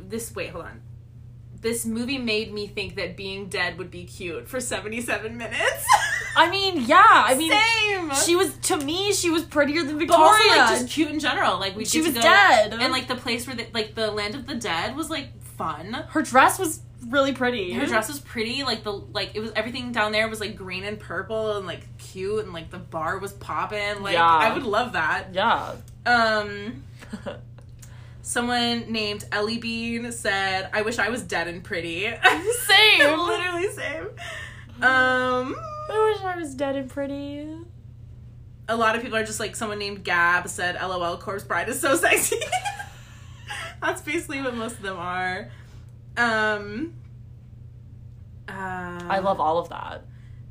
[SPEAKER 2] this. Wait, hold on. This movie made me think that being dead would be cute for 77 minutes.
[SPEAKER 1] I mean, yeah. I mean,
[SPEAKER 2] Same.
[SPEAKER 1] she was to me. She was prettier than
[SPEAKER 2] but also
[SPEAKER 1] Victoria.
[SPEAKER 2] like just cute in general. Like we
[SPEAKER 1] She
[SPEAKER 2] get to
[SPEAKER 1] was
[SPEAKER 2] go-
[SPEAKER 1] dead.
[SPEAKER 2] and like the place where the, like the land of the dead was like fun.
[SPEAKER 1] her dress was really pretty.
[SPEAKER 2] Her dress was pretty, like the like it was everything down there was like green and purple and like cute and like the bar was popping. Like
[SPEAKER 1] Yeah.
[SPEAKER 2] I would love that. [LAUGHS]
[SPEAKER 1] Yeah.
[SPEAKER 2] Um someone named Ellie Bean said, I wish I was dead and
[SPEAKER 1] [LAUGHS]
[SPEAKER 2] pretty. [LAUGHS]
[SPEAKER 1] Same.
[SPEAKER 2] Literally same. Um
[SPEAKER 1] I wish I was dead and pretty.
[SPEAKER 2] a lot of people are just like someone named Gab said, LOL Corpse Bride is so sexy. [LAUGHS] That's basically what most of them are. Um uh,
[SPEAKER 1] I love all of that.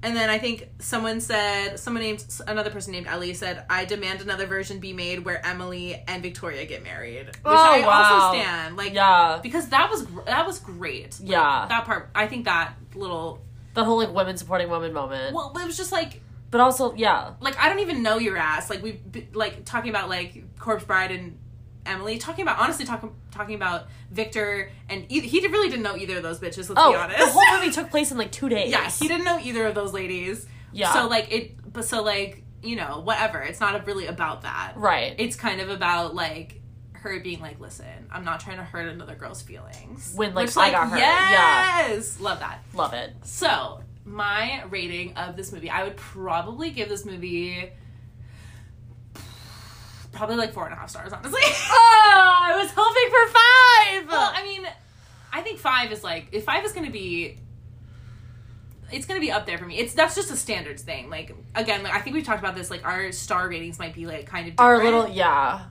[SPEAKER 2] And then I think someone said, someone named, another person named Ellie said, I demand another version be made where Emily and Victoria get married. Which
[SPEAKER 1] Oh,
[SPEAKER 2] I
[SPEAKER 1] wow.
[SPEAKER 2] also stand. Like,
[SPEAKER 1] Yeah.
[SPEAKER 2] because that was, gr- that was great. Like,
[SPEAKER 1] Yeah.
[SPEAKER 2] That part, I think that little,
[SPEAKER 1] That whole like women supporting women moment.
[SPEAKER 2] well, it was just like,
[SPEAKER 1] but also, yeah.
[SPEAKER 2] like, I don't even know your ass. Like, we've, be- like, talking about, like, Corpse Bride and Emily, talking about, honestly, talking, talking about Victor and e- he did- really didn't know either of those bitches, let's
[SPEAKER 1] Oh,
[SPEAKER 2] be honest.
[SPEAKER 1] the whole
[SPEAKER 2] [LAUGHS]
[SPEAKER 1] movie took place in like two days.
[SPEAKER 2] yeah, he didn't know either of those ladies.
[SPEAKER 1] Yeah.
[SPEAKER 2] So like it, but so like you know whatever. It's not really about that.
[SPEAKER 1] right.
[SPEAKER 2] It's kind of about like her being like, listen, I'm not trying to hurt another girl's feelings.
[SPEAKER 1] When, like, I got hurt. Yeah.
[SPEAKER 2] Yes, love that.
[SPEAKER 1] Love it.
[SPEAKER 2] So my rating of this movie, I would probably give this movie. Probably like four and a half stars, honestly. [LAUGHS]
[SPEAKER 1] Oh, I was hoping for five.
[SPEAKER 2] Well, I mean, I think five is like if five is gonna be, it's gonna be up there for me. It's that's just a standards thing. Like again, like, I think we've talked about this. Like our star ratings might be like kind of different.
[SPEAKER 1] Our little, yeah,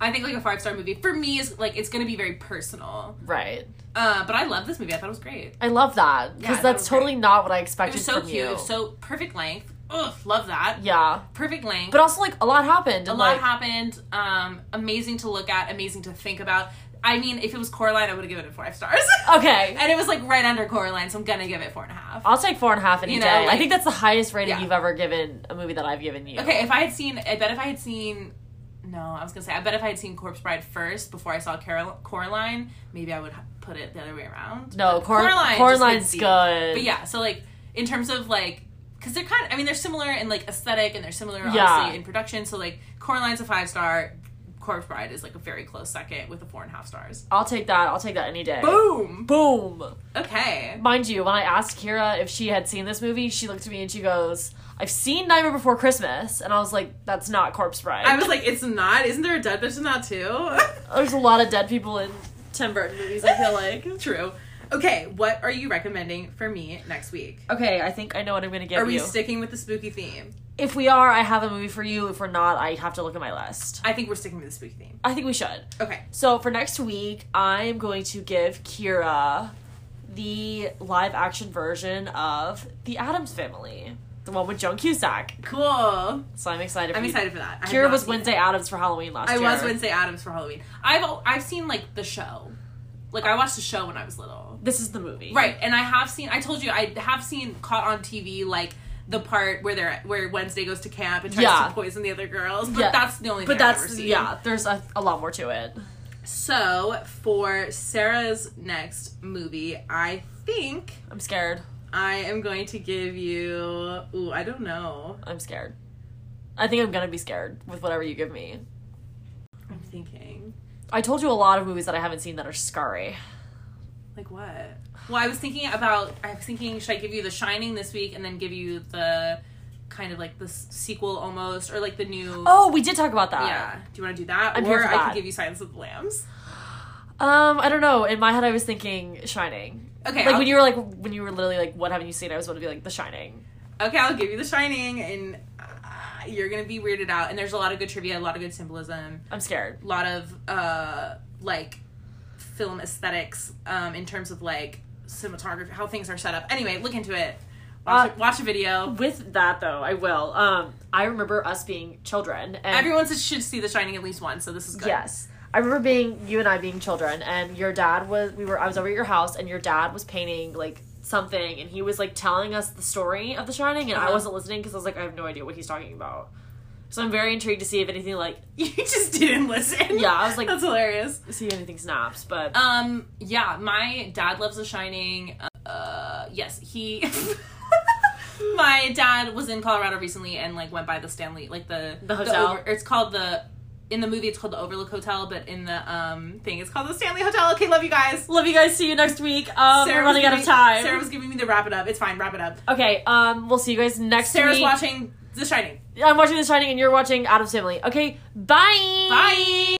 [SPEAKER 2] I think like a five star movie for me is like it's gonna be very personal.
[SPEAKER 1] right.
[SPEAKER 2] Uh, but I love this movie. I thought it was great.
[SPEAKER 1] I love that
[SPEAKER 2] Yeah,
[SPEAKER 1] because
[SPEAKER 2] that
[SPEAKER 1] that's
[SPEAKER 2] was
[SPEAKER 1] totally not what I
[SPEAKER 2] It
[SPEAKER 1] expected
[SPEAKER 2] was so
[SPEAKER 1] from
[SPEAKER 2] cute.
[SPEAKER 1] you.
[SPEAKER 2] So perfect length. Ugh, love that.
[SPEAKER 1] yeah,
[SPEAKER 2] Perfect length.
[SPEAKER 1] but also like a lot happened.
[SPEAKER 2] a
[SPEAKER 1] and,
[SPEAKER 2] lot
[SPEAKER 1] like,
[SPEAKER 2] happened. Um, amazing to look at. Amazing to think about. I mean, if it was Coraline, I would have given it five stars. [LAUGHS]
[SPEAKER 1] Okay,
[SPEAKER 2] and it was like right under Coraline, so I'm gonna give it four and a half.
[SPEAKER 1] I'll take four and a half any
[SPEAKER 2] You know,
[SPEAKER 1] day. I
[SPEAKER 2] like-
[SPEAKER 1] think that's the highest rating
[SPEAKER 2] Yeah.
[SPEAKER 1] you've ever given a movie that I've given you.
[SPEAKER 2] Okay, if I had seen, I bet if I had seen, no, I was gonna say, I bet if I had seen Corpse Bride first before I saw Carol- Coraline, maybe I would h- put it the other way around.
[SPEAKER 1] No,
[SPEAKER 2] But
[SPEAKER 1] Cor-
[SPEAKER 2] Coraline just
[SPEAKER 1] Coraline's
[SPEAKER 2] hits deep.
[SPEAKER 1] good.
[SPEAKER 2] But yeah, so like in terms of like, because they're kind of, I mean, they're similar in like aesthetic and they're similar obviously
[SPEAKER 1] Yeah.
[SPEAKER 2] in production. So like Coraline's a five star, Corpse Bride is like a very close second with a four and a half stars.
[SPEAKER 1] I'll take that. I'll take that any day.
[SPEAKER 2] Boom.
[SPEAKER 1] Boom.
[SPEAKER 2] Okay.
[SPEAKER 1] Mind you, when I asked Kira if she had seen this movie, she looked at me and she goes, "I've seen Nightmare Before Christmas," and I was like, "That's not Corpse Bride."
[SPEAKER 2] I was like, it's not. Isn't there a dead bitch in that too? [LAUGHS]
[SPEAKER 1] There's a lot of dead people in.
[SPEAKER 2] Tim Burton movies, I feel like. True. Okay, what are you recommending for me next week?
[SPEAKER 1] [LAUGHS] Okay, I think I know what I'm gonna give
[SPEAKER 2] Are we
[SPEAKER 1] you.
[SPEAKER 2] sticking with the spooky theme?
[SPEAKER 1] if we are, I have a movie for you. If we're not, I have to look at my list.
[SPEAKER 2] I think we're sticking with the spooky theme.
[SPEAKER 1] I think we should.
[SPEAKER 2] Okay.
[SPEAKER 1] So for next week, I'm going to give Kira the live action version of The Adams Family, the one with Joan Cusack.
[SPEAKER 2] Cool. I'm
[SPEAKER 1] So I'm excited. for you-
[SPEAKER 2] excited for that. I have
[SPEAKER 1] Kira
[SPEAKER 2] not
[SPEAKER 1] was
[SPEAKER 2] seen
[SPEAKER 1] Wednesday
[SPEAKER 2] it.
[SPEAKER 1] Adams for Halloween last
[SPEAKER 2] I
[SPEAKER 1] year.
[SPEAKER 2] was Wednesday Adams for Halloween. I've al- I've seen like the show. Like I watched the show when I was little.
[SPEAKER 1] This is the movie,
[SPEAKER 2] Right, and I have seen I told you I have seen caught on TV like the part where they're where Wednesday goes to camp and tries
[SPEAKER 1] Yeah.
[SPEAKER 2] to poison the other girls, but
[SPEAKER 1] Yeah.
[SPEAKER 2] that's the only
[SPEAKER 1] But
[SPEAKER 2] thing I've ever
[SPEAKER 1] that's
[SPEAKER 2] seen.
[SPEAKER 1] yeah. There's a, a lot more to it.
[SPEAKER 2] So for Sarah's next movie, I think
[SPEAKER 1] I'm scared.
[SPEAKER 2] I am going to give you. Ooh, I don't know.
[SPEAKER 1] I'm scared. I think I'm gonna be scared with whatever you give me.
[SPEAKER 2] I'm thinking.
[SPEAKER 1] I told you a lot of movies that I haven't seen that are scary.
[SPEAKER 2] Like what? Well, I was thinking about. I was thinking, should I give you The Shining this week and then give you the kind of like the s- sequel almost, or like the new.
[SPEAKER 1] Oh, we did talk about that.
[SPEAKER 2] Yeah. Do you want to do that?
[SPEAKER 1] I'm
[SPEAKER 2] or
[SPEAKER 1] here for
[SPEAKER 2] I
[SPEAKER 1] that.
[SPEAKER 2] could give you Silence of the Lambs.
[SPEAKER 1] Um, I don't know. In my head, I was thinking Shining.
[SPEAKER 2] Okay.
[SPEAKER 1] like
[SPEAKER 2] I'll-
[SPEAKER 1] when you were like when you were literally like, what haven't you seen? I was about to be like The Shining.
[SPEAKER 2] okay, I'll give you The Shining, and uh, you're gonna be weirded out. And there's a lot of good trivia, a lot of good symbolism.
[SPEAKER 1] I'm scared.
[SPEAKER 2] lot of uh like film aesthetics um in terms of like cinematography how things are set up anyway look into it
[SPEAKER 1] Uh,
[SPEAKER 2] Watch, a- watch a video.
[SPEAKER 1] With that though, I will. Um, I remember us being children. And
[SPEAKER 2] Everyone s- should see The Shining at least once, so this is good.
[SPEAKER 1] Yes. I remember being you and I being children and your dad was we were I was over at your house and your dad was painting like something and he was like telling us the story of the shining and I
[SPEAKER 2] Uh-huh.
[SPEAKER 1] wasn't listening cuz I was like I have no idea what he's talking about. So I'm very intrigued to see if anything like [LAUGHS]
[SPEAKER 2] You just didn't listen.
[SPEAKER 1] Yeah, I was like-
[SPEAKER 2] that's hilarious.
[SPEAKER 1] see if anything snaps, but
[SPEAKER 2] Um, yeah, my dad loves The Shining. Uh, yes, he. [LAUGHS] my dad was in Colorado recently and like went by the Stanley, like the
[SPEAKER 1] The hotel?
[SPEAKER 2] over- it's called the. In the movie, it's called the Overlook Hotel, but in the um thing, it's called the Stanley Hotel. Okay, love you guys.
[SPEAKER 1] love you guys see you next week. Um we're
[SPEAKER 2] was
[SPEAKER 1] running out
[SPEAKER 2] giving
[SPEAKER 1] of
[SPEAKER 2] me-
[SPEAKER 1] time.
[SPEAKER 2] Sarah was giving me the wrap it up. It's fine, wrap it up.
[SPEAKER 1] okay, um we'll see you guys next
[SPEAKER 2] Sarah's
[SPEAKER 1] week.
[SPEAKER 2] watching The Shining.
[SPEAKER 1] I'm watching The Shining and you're watching Adam's Family. Okay, bye.
[SPEAKER 2] Bye.